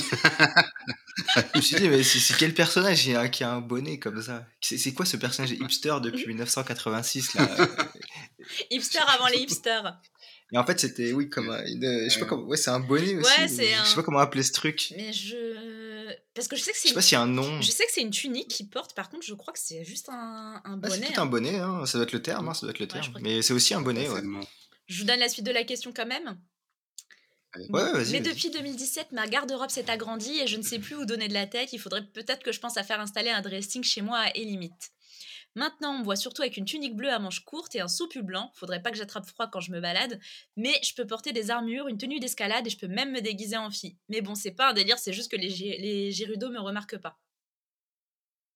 A: Je me suis dit, mais c'est c'est quel personnage qui a, qui a un bonnet comme ça C'est c'est quoi ce personnage hipster depuis 1986 là
C: hipster avant les hipsters.
A: Et en fait, c'était, oui, comme un- une. euh, Je sais pas comment. Ouais, c'est un bonnet aussi.
C: Ouais,
A: mais
C: c'est
A: Je sais
C: un-
A: pas comment appeler ce truc.
C: Mais je... Parce que je sais que
A: Je
C: c'est
A: sais pas s'il y a un nom.
C: Je sais que c'est une tunique qu'il porte, par contre, je crois que c'est juste un, un
A: Ah, c'est
C: bonnet.
A: peut-être un
C: hein.
A: bonnet, hein, ça doit être le terme, hein, ça doit être le
C: Ouais, je
A: terme.
C: crois que-
A: Mais c'est aussi un bonnet, ouais.
B: Forcément.
C: Je vous donne la suite de la question quand même.
B: Allez.
A: Ouais, ouais, vas-y,
C: Mais
A: vas-y.
C: depuis 2017, ma garde-robe s'est agrandie et je ne sais plus où donner de la tête. Il faudrait peut-être que je pense à faire installer un dressing chez moi à limite. Maintenant, on me voit surtout avec une tunique bleue à manches courtes et un soupul blanc. Faudrait pas que j'attrape froid quand je me balade. Mais je peux porter des armures, une tenue d'escalade et je peux même me déguiser en fille. Mais bon, c'est pas un délire, c'est juste que les, gé- les Gérudos me remarquent pas.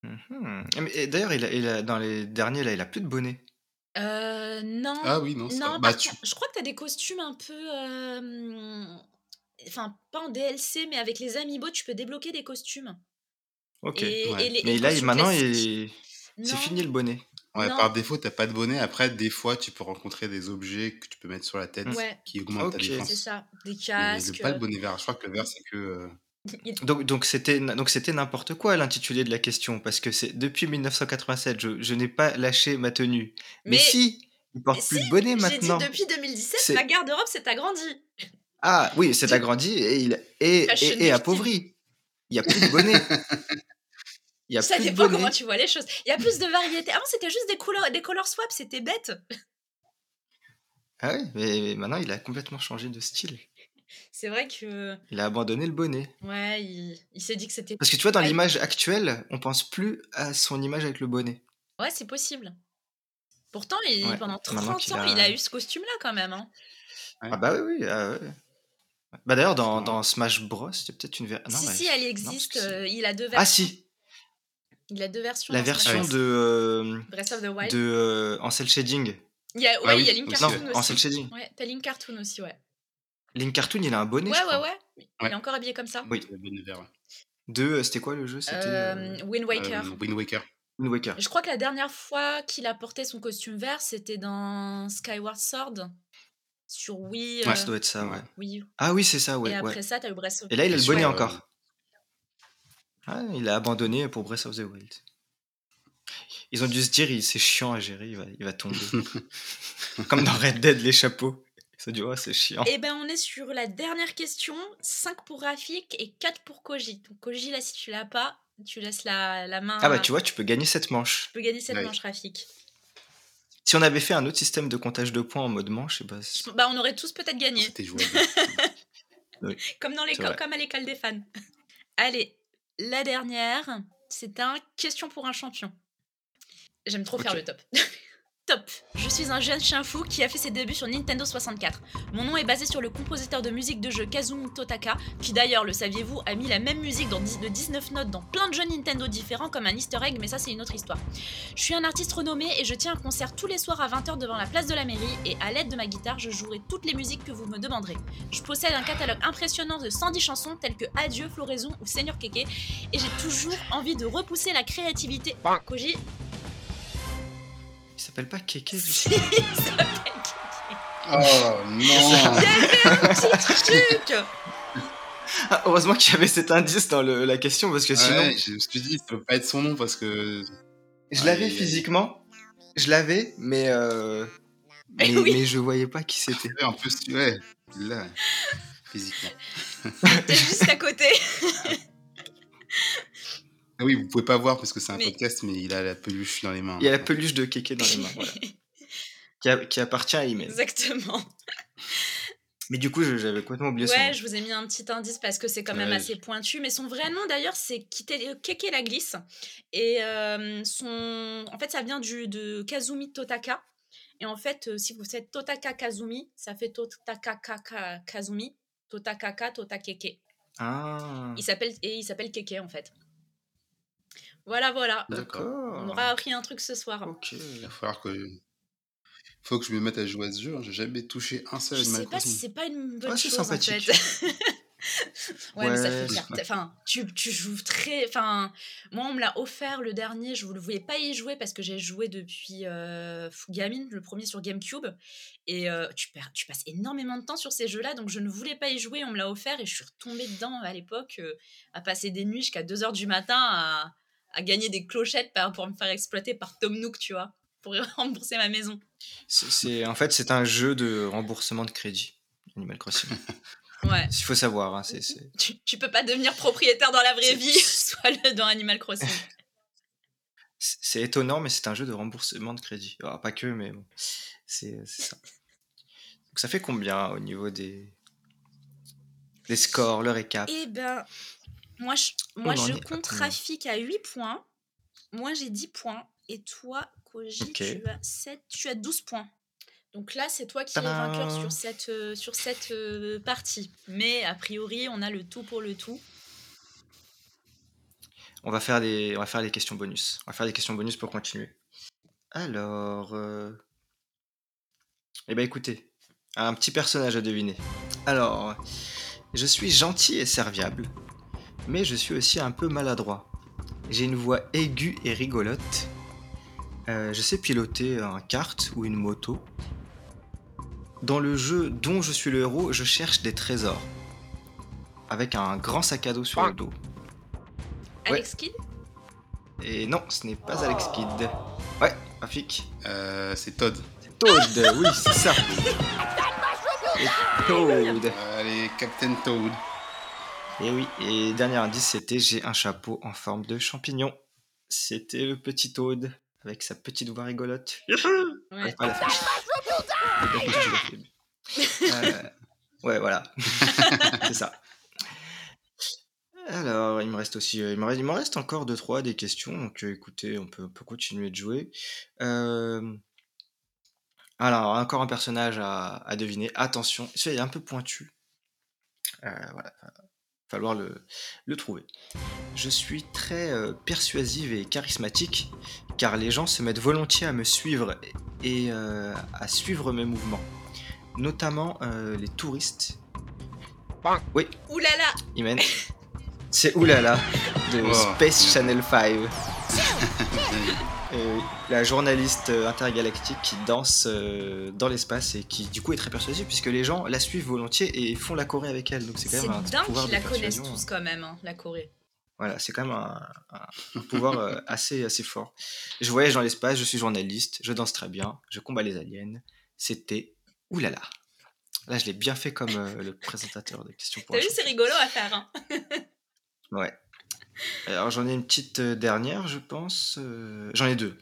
A: Hmm. Ah, mais, et D'ailleurs, il a- il a- dans les derniers, là, il a plus de bonnet.
C: Euh, non.
B: Ah oui, non, c'est
C: Non,
B: pas-
C: par
B: bah, tu-
C: contre, je crois que tu as des costumes un peu. euh, Enfin, pas en DLC, mais avec les amiibo, tu peux débloquer des costumes.
A: Ok.
C: Et-
B: ouais.
C: et les-
A: Mais
C: et
A: là, il-
C: costumes
A: maintenant,
C: classiques.
A: il- c'est
C: Non.
A: fini le bonnet.
B: Ouais,
C: Non.
B: par défaut, t'as pas de bonnet. Après, des fois, tu peux rencontrer des objets que tu peux mettre sur la tête
C: Ouais.
B: qui augmentent
A: Ok.
B: ta défense.
C: C'est ça, des
B: Mais
C: casques. euh,
B: pas le bonnet vert. Je crois que le vert, c'est que. euh,
C: Il-
A: Donc, donc c'était donc c'était n'importe quoi l'intitulé de la question parce que c'est depuis 1987 je, je n'ai pas lâché ma tenue. Mais,
C: Mais-
A: si, il porte
C: mais
A: plus
C: si,
A: de bonnet
C: J'ai dit
A: maintenant.
C: depuis 2017,
A: C'est-
C: ma garde-robe s'est agrandie.
A: Ah oui, c'est agrandi et il et, et-
C: Fashion
A: et
C: victim.
A: appauvri. Il y a plus de bonnet. Il y a
C: Ça
A: plus de
C: dépend
A: bonnet.
C: comment tu vois les choses. Il y a plus de variétés. Avant, c'était juste des couleurs, des color swaps, c'était bête.
A: Ah oui, mais, mais maintenant il a complètement changé de style.
C: C'est vrai que.
A: Il a abandonné le bonnet.
C: Ouais, il, il s'est dit que c'était.
A: Parce que tu vois dans
C: Ouais.
A: l'image actuelle, on pense plus à son image avec le bonnet.
C: Ouais, c'est possible. Pourtant, il-
A: Ouais,
C: pendant 30
A: maintenant
C: ans,
A: qu'il
C: il a...
A: a-
C: eu ce costume-là quand même. hein.
A: Ah bah oui oui. ah ouais. Bah d'ailleurs dans, dans Smash Bros, il y a peut-être une version.
C: si, si, elle existe.
A: parce que c'est-
C: euh, il a deux versions.
A: Ah si,
C: Il a deux versions.
A: La
C: dans Smash
A: version
B: Ouais.
A: de, euh,
C: Breath of the Wild.
A: de euh, en cel shading.
C: Il y a, ouais,
B: Ah
C: il y a
B: oui,
C: Link
B: aussi,
C: Cartoon
A: Non,
C: aussi.
A: en cel shading.
C: Ouais, t'as Link Cartoon aussi, ouais.
A: Link Cartoon, il a un bonnet.
C: Ouais,
A: je
C: ouais,
A: crois.
C: ouais. Il est
B: Ouais.
C: encore habillé comme ça.
A: Oui.
B: le bonnet vert.
A: De euh, c'était quoi le jeu C'était euh,
C: Euh, Wind Waker.
B: Euh, Wind Waker.
A: Wind Waker.
C: Je crois que la dernière fois qu'il a porté son costume vert, c'était dans Skyward Sword. Sur Wii.
A: Ouais,
C: euh,
A: ça doit être ça. Ouais.
C: Wii.
A: Ah oui, c'est ça. Ouais.
C: Et
A: ouais.
C: après ça, t'as eu Breath of
A: Et là, il a le
B: Et
A: bonnet
B: sur, euh,
A: encore. Ah, il a abandonné pour Breath of the Wild. Ils ont dû se dire, il- c'est chiant à gérer, il va, il va tomber. Comme dans Red Dead, les chapeaux. Ils se sont dit, oh, c'est chiant.
C: Et ben, on est sur la dernière question. 5 pour Rafik et 4 pour Koji. Donc, Koji, là, si tu l'as pas, tu laisses la, la main.
A: Ah bah,
C: à-
A: tu vois, tu peux gagner cette manche.
C: Tu peux gagner cette
B: Ouais.
C: manche, Rafik.
A: Si on avait fait un autre système de comptage de points en mode manche, eh ben, c'est-
C: Bah, on aurait tous peut-être gagné.
B: C'était jouable.
C: Comme, dans les
A: C'est vrai.
C: comme à l'école des fans. Allez, la dernière, c'est un question pour un champion. J'aime trop faire
A: Ok.
C: le top. Top Je suis un jeune chien fou qui a fait ses débuts sur Nintendo 64. Mon nom est basé sur le compositeur de musique de jeu Kazumi Totaka, qui d'ailleurs, le saviez-vous, a mis la même musique dans 10 de 19 notes dans plein de jeux Nintendo différents comme un easter egg, mais ça c'est une autre histoire. Je suis un artiste renommé et je tiens un concert tous les soirs à 20h devant la place de la mairie et à l'aide de ma guitare, je jouerai toutes les musiques que vous me demanderez. Je possède un catalogue impressionnant de 110 chansons telles que Adieu, Floraison ou Seigneur Keke et j'ai toujours envie de repousser la créativité. Koji,
A: Il s'appelle pas Keke. lui
C: si, ça fait
B: Oh non
C: petit truc
A: Ah, heureusement qu'il y avait cet indice dans le- la question parce que sinon,
B: Ouais, Je me suis dit, ça peut pas être son nom parce que.
A: je l'avais
B: Aïe, aïe, aïe.
A: physiquement, je l'avais, mais, euh,
C: Eh
A: mais,
C: oui.
A: mais je voyais pas qui c'était.
B: Ouais, en plus, tu- ouais, là, physiquement.
C: T'es juste à côté.
B: Ah oui, vous pouvez pas voir parce que c'est un
C: Mais-
B: podcast, mais il a la peluche dans les mains.
A: Il y a la peluche de Keke dans les mains, voilà, qui, a- qui appartient à Imen.
C: Exactement.
A: Mais du coup, je- j'avais complètement oublié son
C: Ouais,
A: nom.
C: je vous ai mis un petit indice parce que c'est quand même
B: Ouais,
C: assez pointu. Mais son vrai nom d'ailleurs, c'est Kite- Keke la glisse. Et euh, son, en fait, ça vient du de Kazumi Totaka. Et en fait, euh, si vous faites Totaka Kazumi, ça fait Totaka Kaka Kazumi, Totakaka Totakeke.
A: Ah,
C: Il s'appelle et il s'appelle Keke en fait. Voilà, voilà.
B: D'accord.
C: On
A: d'accord.
C: aura appris un truc ce soir.
A: Ok.
B: Il va falloir que. Faut que je me mette à jouer à ce jeu. hein. J'ai jamais touché un
C: Je
B: seul Animal
C: sais pas si
B: Crossing.
C: c'est pas une bonne
A: Ah, c'est
C: chose en fait.
A: sympathique.
C: ouais, mais ça
A: Ouais,
C: fait
A: c'est
C: faire.
A: sympathique.
C: Enfin, tu, tu joues très. Enfin, moi on me l'a offert le dernier. Je ne voulais pas y jouer parce que j'ai joué depuis euh, Gamine, le premier sur GameCube, et euh, tu perds, tu passes énormément de temps sur ces jeux-là, donc je ne voulais pas y jouer. On me l'a offert et je suis retombée dedans à l'époque, euh, à passer des nuits jusqu'à 2 heures du matin à, à gagner des clochettes par- pour me faire exploiter par Tom Nook, tu vois, pour rembourser ma maison.
A: C'est- C'est en fait c'est un jeu de remboursement de crédit. Animal Crossing.
C: Ouais.
A: Il faut savoir, hein, c'est- c'est-
C: tu, tu peux pas devenir propriétaire dans la vraie
A: C'est-
C: vie, soit le- dans Animal Crossing.
A: c'est c'est étonnant, mais c'est un jeu de remboursement de crédit. Alors, pas que, mais bon, c'est c'est ça. Donc ça fait combien au niveau des des scores, le récap
C: Eh ben, moi je, moi,
A: On en
C: je
A: est à
C: compte
A: combien
C: Rafik à 8 points. Moi, j'ai 10 points. Et toi, Koji,
A: Ok.
C: tu, as 7, tu as 12 points. Donc là, c'est toi qui es
A: Tadam
C: vainqueur sur cette, euh, sur cette euh, partie. Mais a priori, on a le tout pour le tout.
A: On va faire des on va faire des questions bonus. On va faire des questions bonus pour continuer. Alors, euh, eh ben écoutez, un petit personnage à deviner. Alors, je suis gentil et serviable, mais je suis aussi un peu maladroit. J'ai une voix aiguë et rigolote. Euh, je sais piloter un kart ou une moto. Dans le jeu dont je suis le héros, je cherche des trésors. Avec un grand sac à dos sur le dos. Ouais.
C: Alex Kidd
A: Et non, ce n'est pas Alex Kidd. Ouais, Rafik.
B: Euh, c'est Todd.
A: Toad, oui, c'est ça. Et Toad.
B: Allez, Captain Toad.
A: Et Eh oui, et dernier indice, c'était j'ai un chapeau en forme de champignon. C'était le petit Toad, avec sa petite voix rigolote.
C: Ouais.
A: Pas la fin. Le début, je l'ai fait. Euh, ouais, voilà. c'est ça. Alors, il me reste aussi, euh, il me reste, il me reste encore deux trois des questions. Donc, euh, écoutez, on peut, on peut continuer de jouer. Euh, alors, encore un personnage à, à deviner. Attention, celui-là, il est un peu pointu. Euh, voilà, va falloir le, le trouver. Je suis très euh, persuasive et charismatique, car les gens se mettent volontiers à me suivre et euh, à suivre mes mouvements, notamment euh, les touristes. Oui,
C: Ouh là là
A: Imen. C'est Oulala de
B: Wow.
A: Space Channel 5.
B: Bien.
A: Euh, la journaliste euh, intergalactique qui danse euh, dans l'espace et qui du coup est très persuasive puisque les gens la suivent volontiers et font la choré avec elle. Donc c'est
C: C'est
A: quand même un
C: dingue
A: pouvoir
C: qu'ils la
A: de
C: connaissent
A: persuasion.
C: tous quand même, hein, la Corée.
A: Voilà, c'est quand même un, un- un pouvoir euh, assez, assez fort. Je voyage dans l'espace, je suis journaliste, je danse très bien, je combats les aliens. C'était oulala. Là, je l'ai bien fait comme euh, le présentateur de questions pour
C: T'as
A: un
C: vu,
A: champion.
C: c'est rigolo à faire. hein.
A: Alors j'en ai une petite euh, dernière, je pense. Euh, J'en ai deux.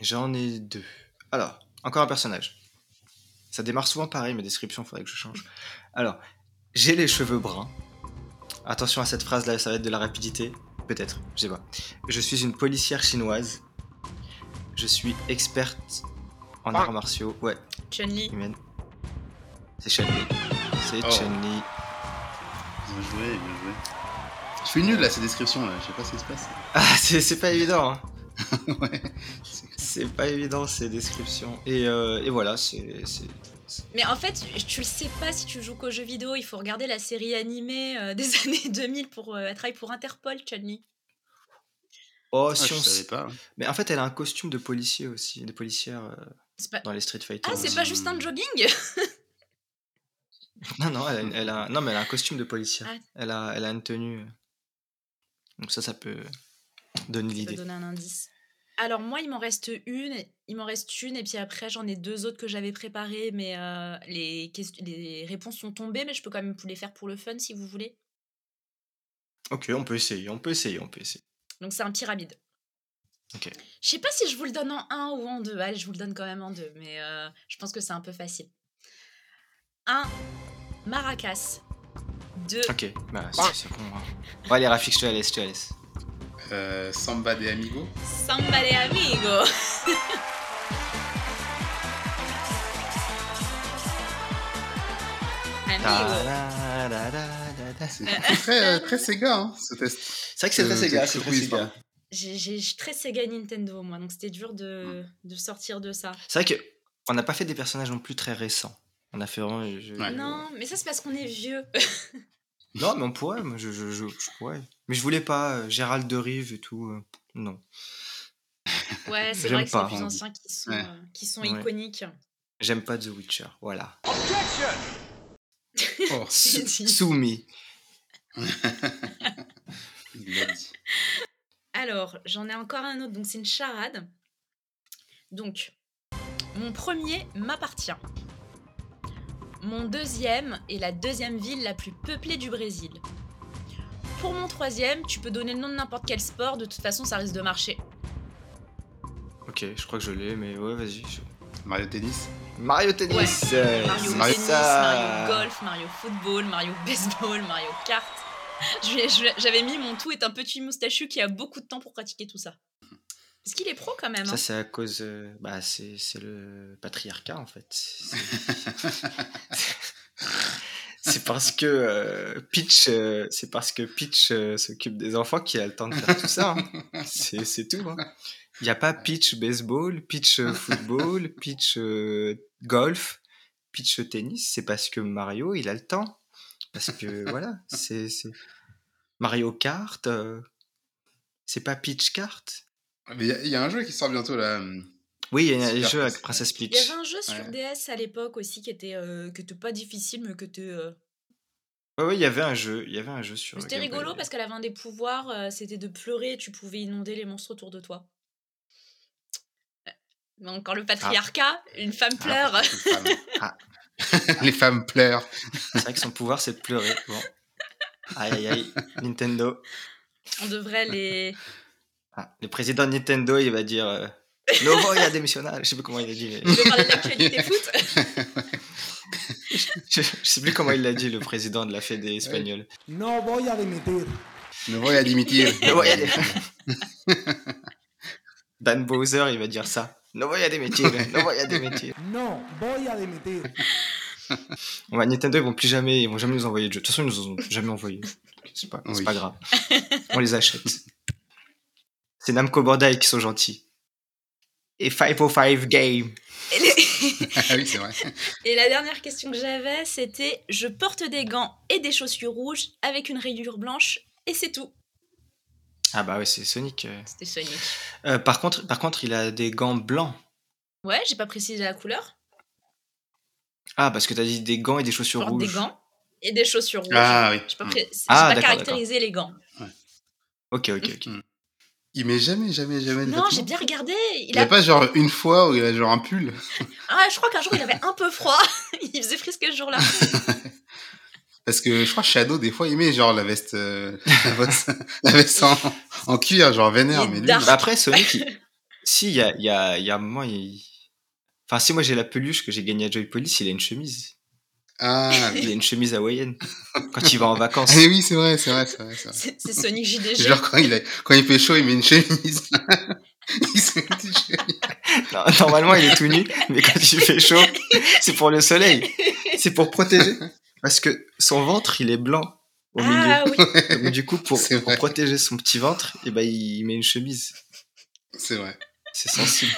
A: J'en ai deux. Alors, encore un personnage. Ça démarre souvent pareil, mes descriptions, faudrait que je change. Alors, j'ai les cheveux bruns. Attention à cette phrase là, ça va être de la rapidité. Peut-être, je sais pas. Je suis une policière chinoise. Je suis experte en
D: Ah.
A: arts martiaux. Ouais,
C: Chun-Li.
A: humaine. C'est Chun-Li. C'est
B: Oh.
A: Chun-Li.
B: Bien joué, bien joué. Je suis nul là, ces descriptions là, je sais pas ce qui se passe.
A: Ah, c'est c'est pas évident. hein.
B: ouais.
A: C'est pas évident ces descriptions. Et, euh, et voilà, c'est. c'est-
C: Mais en fait, tu le sais pas si tu joues qu'aux jeux vidéo. Il faut regarder la série animée euh, des années 2000 pour. euh, elle travaille pour Interpol, Chun-Li.
A: Oh,
B: Ah,
A: si
B: je
A: on
B: savais
A: s-
B: pas.
A: Mais en fait, elle a un costume de policier aussi, de policière euh,
C: C'est pas-
A: dans les Street Fighter.
C: Ah, c'est pas juste un jogging
A: Non, non, elle a, une- elle a- non, mais elle a un costume de policière.
C: Ah.
A: Elle, a, elle a une tenue. euh. Donc ça, ça peut donner
C: Je vais
A: l'idée.
C: donner un indice. Alors moi, il m'en reste une, et- il m'en reste une, et puis après j'en ai deux autres que j'avais préparées, mais euh, les, quest- les réponses sont tombées, mais je peux quand même vous les faire pour le fun si vous voulez.
A: Ok, on peut essayer, on peut essayer, on peut essayer.
C: Donc c'est un pyramide.
A: Ok.
C: Je sais pas si je vous le donne en un ou en deux. Allez, je vous le donne quand même en deux, mais euh, je pense que c'est un peu facile. Un Maracas. Deux.
A: Ok, bah
C: Ah.
A: c'est c'est bon. hein. Ouais, les Rafik, je te la laisse, je te la laisse.
B: Euh, Samba des Amigos
A: Ah.
C: Samba de amigo.
A: Ah.
C: Amigo.
A: Ta-da, da, da, da, da.
B: C'est c'est très, euh, très Sega, hein, ce test.
A: C'est vrai que c'est très Sega,
B: Euh, cette
A: c'est très
B: surprise,
A: Sega.
B: là.
C: J'ai- j'ai- Je suis très Sega Nintendo, moi, donc c'était dur
A: Ah.
C: de, de sortir de ça.
A: C'est vrai que on n'a pas fait des personnages non plus très récents. On a fait vraiment. euh, des jeux
B: Ouais.
A: vidéo.
C: Non, mais ça, c'est parce qu'on est vieux.
A: Non, mais on pourrait. Moi, je, je, je, je pourrais. Mais je voulais pas euh, Gérald de Rive et tout. euh, non.
C: Ouais, c'est
A: J'aime
C: vrai que c'est
A: pas. hein.
C: les plus anciens qui sont,
B: Ouais.
C: euh, qui sont
A: Ouais.
C: iconiques.
A: J'aime pas The Witcher. Voilà.
B: Oh,
A: Sou-
C: dit.
A: Soumis.
B: il l'a dit.
C: Alors, j'en ai encore un autre, donc c'est une charade. Donc, mon premier m'appartient. Mon deuxième est la deuxième ville la plus peuplée du Brésil. Pour mon troisième, tu peux donner le nom de n'importe quel sport, de toute façon, ça risque de marcher.
A: Ok, je crois que je l'ai, mais ouais, vas-y. je-
B: Mario Tennis
A: Mario Tennis. euh,
C: Mario
A: c'est
C: tennis,
A: ça.
C: Mario golf, Mario football, Mario baseball, Mario kart. Je l'ai- je l'ai- J'avais mis mon tout est un petit moustachu qui a beaucoup de temps pour pratiquer tout ça. Parce qu'il est pro quand même. hein.
A: Ça, c'est à cause. euh, bah, c'est c'est le patriarcat, en fait. C'est- C'est parce que euh, Peach, euh, c'est parce que Peach euh, s'occupe des enfants qu'il a le temps de faire tout ça. hein. C'est c'est tout. hein. Il n'y a pas Peach baseball, Peach euh, football, Peach euh, golf, Peach euh, tennis. C'est parce que Mario, il a le temps. Parce que voilà, c'est c'est- Mario Kart. euh, c'est pas Peach Kart.
B: Mais il y a- il y, a un jeu qui sort bientôt là. hum,
A: Oui, il y a des
B: Super
A: jeux avec
B: Peach.
A: Princess Peach.
C: Il y avait un jeu sur
B: Ouais.
C: DS à l'époque aussi qui était, euh, qui était pas difficile, mais que était, euh,
A: Ouais, ouais, il y avait un jeu, il y avait un jeu sur.
C: C'était
A: Game Boy.
C: rigolo parce qu'elle avait un des pouvoirs, euh, c'était de pleurer et tu pouvais inonder les monstres autour de toi. Ouais. Mais encore le patriarcat, une femme
B: ah,
C: pleure.
B: parce que les femmes.
A: Ah.
B: les femmes pleurent.
A: C'est vrai que son pouvoir, c'est de pleurer. Bon. Aïe aïe aïe, Nintendo.
C: On devrait les.
A: Ah, le président de Nintendo, il va dire euh, Novo, il a démissionné. Je sais plus comment il a dit. mais-
C: Je veux parler d'actualité foot.
A: Je, je sais plus comment il l'a dit, le président de la Fédé espagnole.
E: No voy a dimitir.
B: Me voy à dimitir.
A: Novo, il a dé- Dan Bowser, il va dire ça. Novo, il a démissionné. Novo, il a démissionné.
E: No voy a dimitir.
A: On va Nintendo, ils vont plus jamais, ils vont jamais nous envoyer de jeux. De toute façon, ils nous en ont jamais envoyé. C'est pas, c'est
B: Oui.
A: pas grave. On les achète. C'est Namco Bandai qui sont gentils. Et 505 Game.
C: Et les-
B: ah oui, c'est vrai.
C: Et la dernière question que j'avais, c'était je porte des gants et des chaussures rouges avec une rayure blanche et c'est tout.
A: Ah bah ouais, c'est Sonic. euh.
C: C'était Sonic.
A: Euh, par contre, par contre, il a des gants blancs.
C: Ouais, j'ai pas précisé la couleur.
A: Ah, parce que t'as dit des gants et des
C: Je
A: chaussures
C: porte
A: rouges.
C: des gants et des chaussures rouges.
B: Ah oui.
C: J'ai pas,
B: hum.
C: pré- j'ai
A: Ah,
C: pas
A: d'accord,
C: caractérisé les gants.
A: Ok, ok, ok.
B: Il met jamais, jamais, jamais. de
C: Non,
B: vêtements.
C: j'ai bien regardé.
B: Il
C: Il
B: n'y a
C: a...
B: pas genre une fois où il a genre un pull.
C: Ah, je crois qu'un jour il avait un peu froid. il faisait frisquer ce jour-là.
B: Parce que je crois que Shadow, des fois, il met genre la veste, euh, la veste, la veste en, en cuir, genre vénère.
C: Il est
B: Mais lui,
C: dark.
A: Bah après, Sonic, il- si, il y a, il y, a, il y a un moment, il... Enfin, si moi j'ai la peluche que j'ai gagnée à Joy Police, il a une chemise.
B: Ah,
A: Il a une chemise hawaïenne. Quand il va en vacances.
B: ah oui, c'est vrai, c'est vrai, c'est vrai. c'est vrai.
C: C'est c'est Sonic JDG.
B: Genre quand il, a- quand il fait chaud, il met une chemise. il se met une petite chemise.
A: Non, Normalement, il est tout nu, mais quand il fait chaud, c'est pour le soleil. C'est pour protéger. Parce que son ventre, il est blanc au milieu.
C: Ah oui,
A: Donc, du coup, pour,
B: C'est
A: pour
B: vrai.
A: protéger son petit ventre, et ben, il met une chemise.
B: C'est vrai.
A: C'est sensible.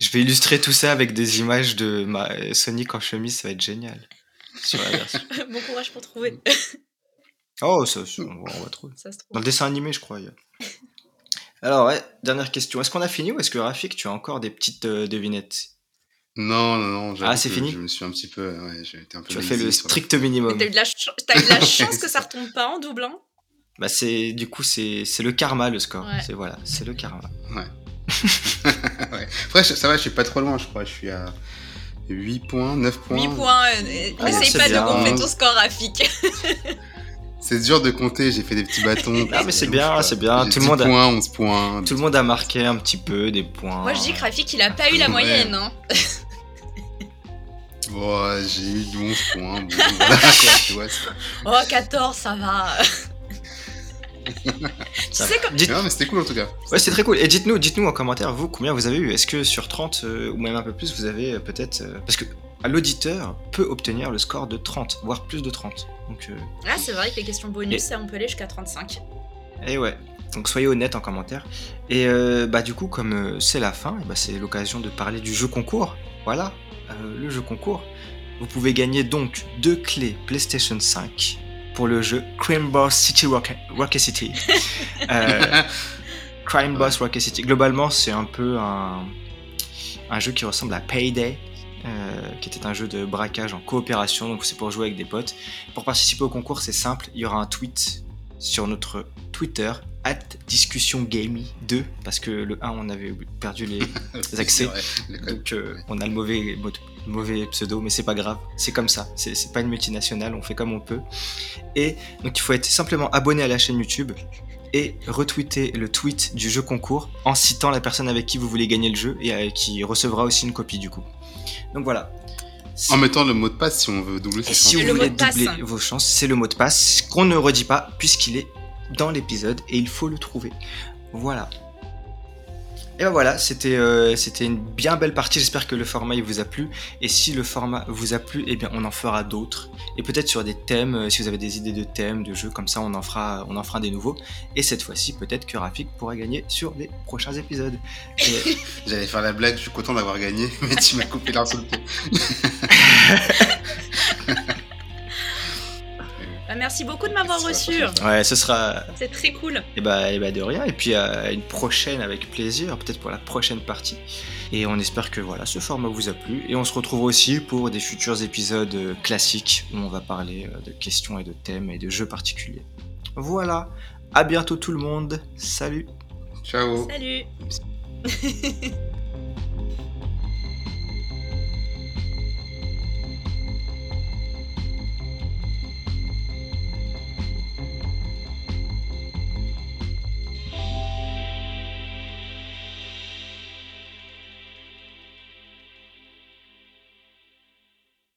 A: Je vais illustrer tout ça avec des images de ma... euh, Sonic en chemise, ça va être génial. Sur la version.
C: bon courage pour trouver.
A: Oh, ça, ça, on, va, on va trouver.
C: Ça se trouve.
A: Dans le dessin animé, je crois. il y a. Alors, ouais, dernière question. Est-ce qu'on a fini ou est-ce que Rafik, tu as encore des petites euh, devinettes
B: Non, non, non. j'avoue
A: Ah, c'est
B: que
A: fini
B: Je me suis un petit peu. Ouais, j'ai été un peu
A: Tu as
B: lazy
A: fait le
B: sur la-
A: strict minimum.
C: T'as eu de la, ch- t'as eu de la chance que ça retombe pas en double, hein
A: Bah c'est du coup c'est c'est le karma le score.
C: Ouais.
A: C'est voilà, c'est le karma.
B: ouais. Après, je- ça va, je suis pas trop loin, je crois. Je suis à 8 points, 9 points.
C: 8 points, euh, euh,
A: Ah,
C: essaye
A: c'est
C: pas
A: bien.
C: de gonfler ton score, Rafik.
B: C'est dur de compter, j'ai fait des petits bâtons.
A: Ah, mais c'est bien,
B: je sais pas.
A: c'est bien,
B: J'ai
A: tout le
B: 10
A: monde a-
B: points, 11 points.
A: Tout le monde a marqué un petit peu des points.
C: Moi, je dis que Rafik, il a pas eu la
B: Ouais.
C: moyenne, hein
B: Bon, j'ai eu 11 points. Bon, voilà, quoi, tu vois. c'est-
C: Oh, 14, ça va. tu
A: Ça
C: sais, comme...
A: Dites-
B: Non, mais c'était cool en tout cas.
A: Ouais, c'est très cool. Et dites-nous, dites-nous en commentaire vous combien vous avez eu. Est-ce que sur 30 euh, ou même un peu plus vous avez euh, peut-être euh, parce que l'auditeur peut obtenir le score de 30 voire plus de 30. Donc euh,
C: Ah, c'est vrai que les questions bonus,
A: Et-
C: ça, on peut aller jusqu'à 35.
A: Et Eh ouais. Donc soyez honnête en commentaire. Et euh, bah du coup, comme euh, c'est la fin, et bah, c'est l'occasion de parler du jeu concours. Voilà, euh, le jeu concours. Vous pouvez gagner donc deux clés PlayStation 5 pour le jeu Crime Boss City Rocket, Rocket City. Euh, Crime Boss Rocket City. Globalement, c'est un peu un, un jeu qui ressemble à Payday, euh, qui était un jeu de braquage en coopération. Donc c'est pour jouer avec des potes. Pour participer au concours, c'est simple. Il y aura un tweet sur notre Twitter, at discussion 2, parce que le 1, on avait perdu les.
B: Les
A: accès.
B: D'accord.
A: Donc euh, on a le mauvais, mot- mauvais pseudo, mais c'est pas grave, c'est comme ça, c'est c'est pas une multinationale, on fait comme on peut. Et donc il faut être simplement abonné à la chaîne YouTube et retweeter le tweet du jeu concours en citant la personne avec qui vous voulez gagner le jeu et euh, qui recevra aussi une copie du coup. Donc voilà. Si-
B: En mettant le mot de passe si on veut doubler
A: et
B: ses
A: si
B: points.
A: vous
C: le mot
A: voulez
C: de passe.
A: doubler vos chances, c'est le mot de passe qu'on ne redit pas puisqu'il est dans l'épisode et il faut le trouver. Voilà. Et ben voilà, c'était euh, c'était une bien belle partie. J'espère que le format il vous a plu. Et si le format vous a plu, eh bien on en fera d'autres. Et peut-être sur des thèmes, euh, si vous avez des idées de thèmes, de jeux comme ça, on en fera on en fera des nouveaux. Et cette fois-ci, peut-être que Rafik pourra gagner sur les prochains épisodes. Et-
B: J'allais faire la blague, je suis content d'avoir gagné, mais tu m'as coupé l'air sur le pied.
C: Bah, merci beaucoup de m'avoir
B: Merci
C: reçu.
B: pour la
A: ouais, ce sera
C: C'est très cool.
A: Et bah, et bah de rien, et puis à une prochaine avec plaisir, peut-être pour la prochaine partie. Et on espère que voilà, ce format vous a plu, et on se retrouve aussi pour des futurs épisodes euh, classiques où on va parler euh, de questions et de thèmes et de jeux particuliers. Voilà, à bientôt tout le monde, salut
B: Ciao.
C: Salut.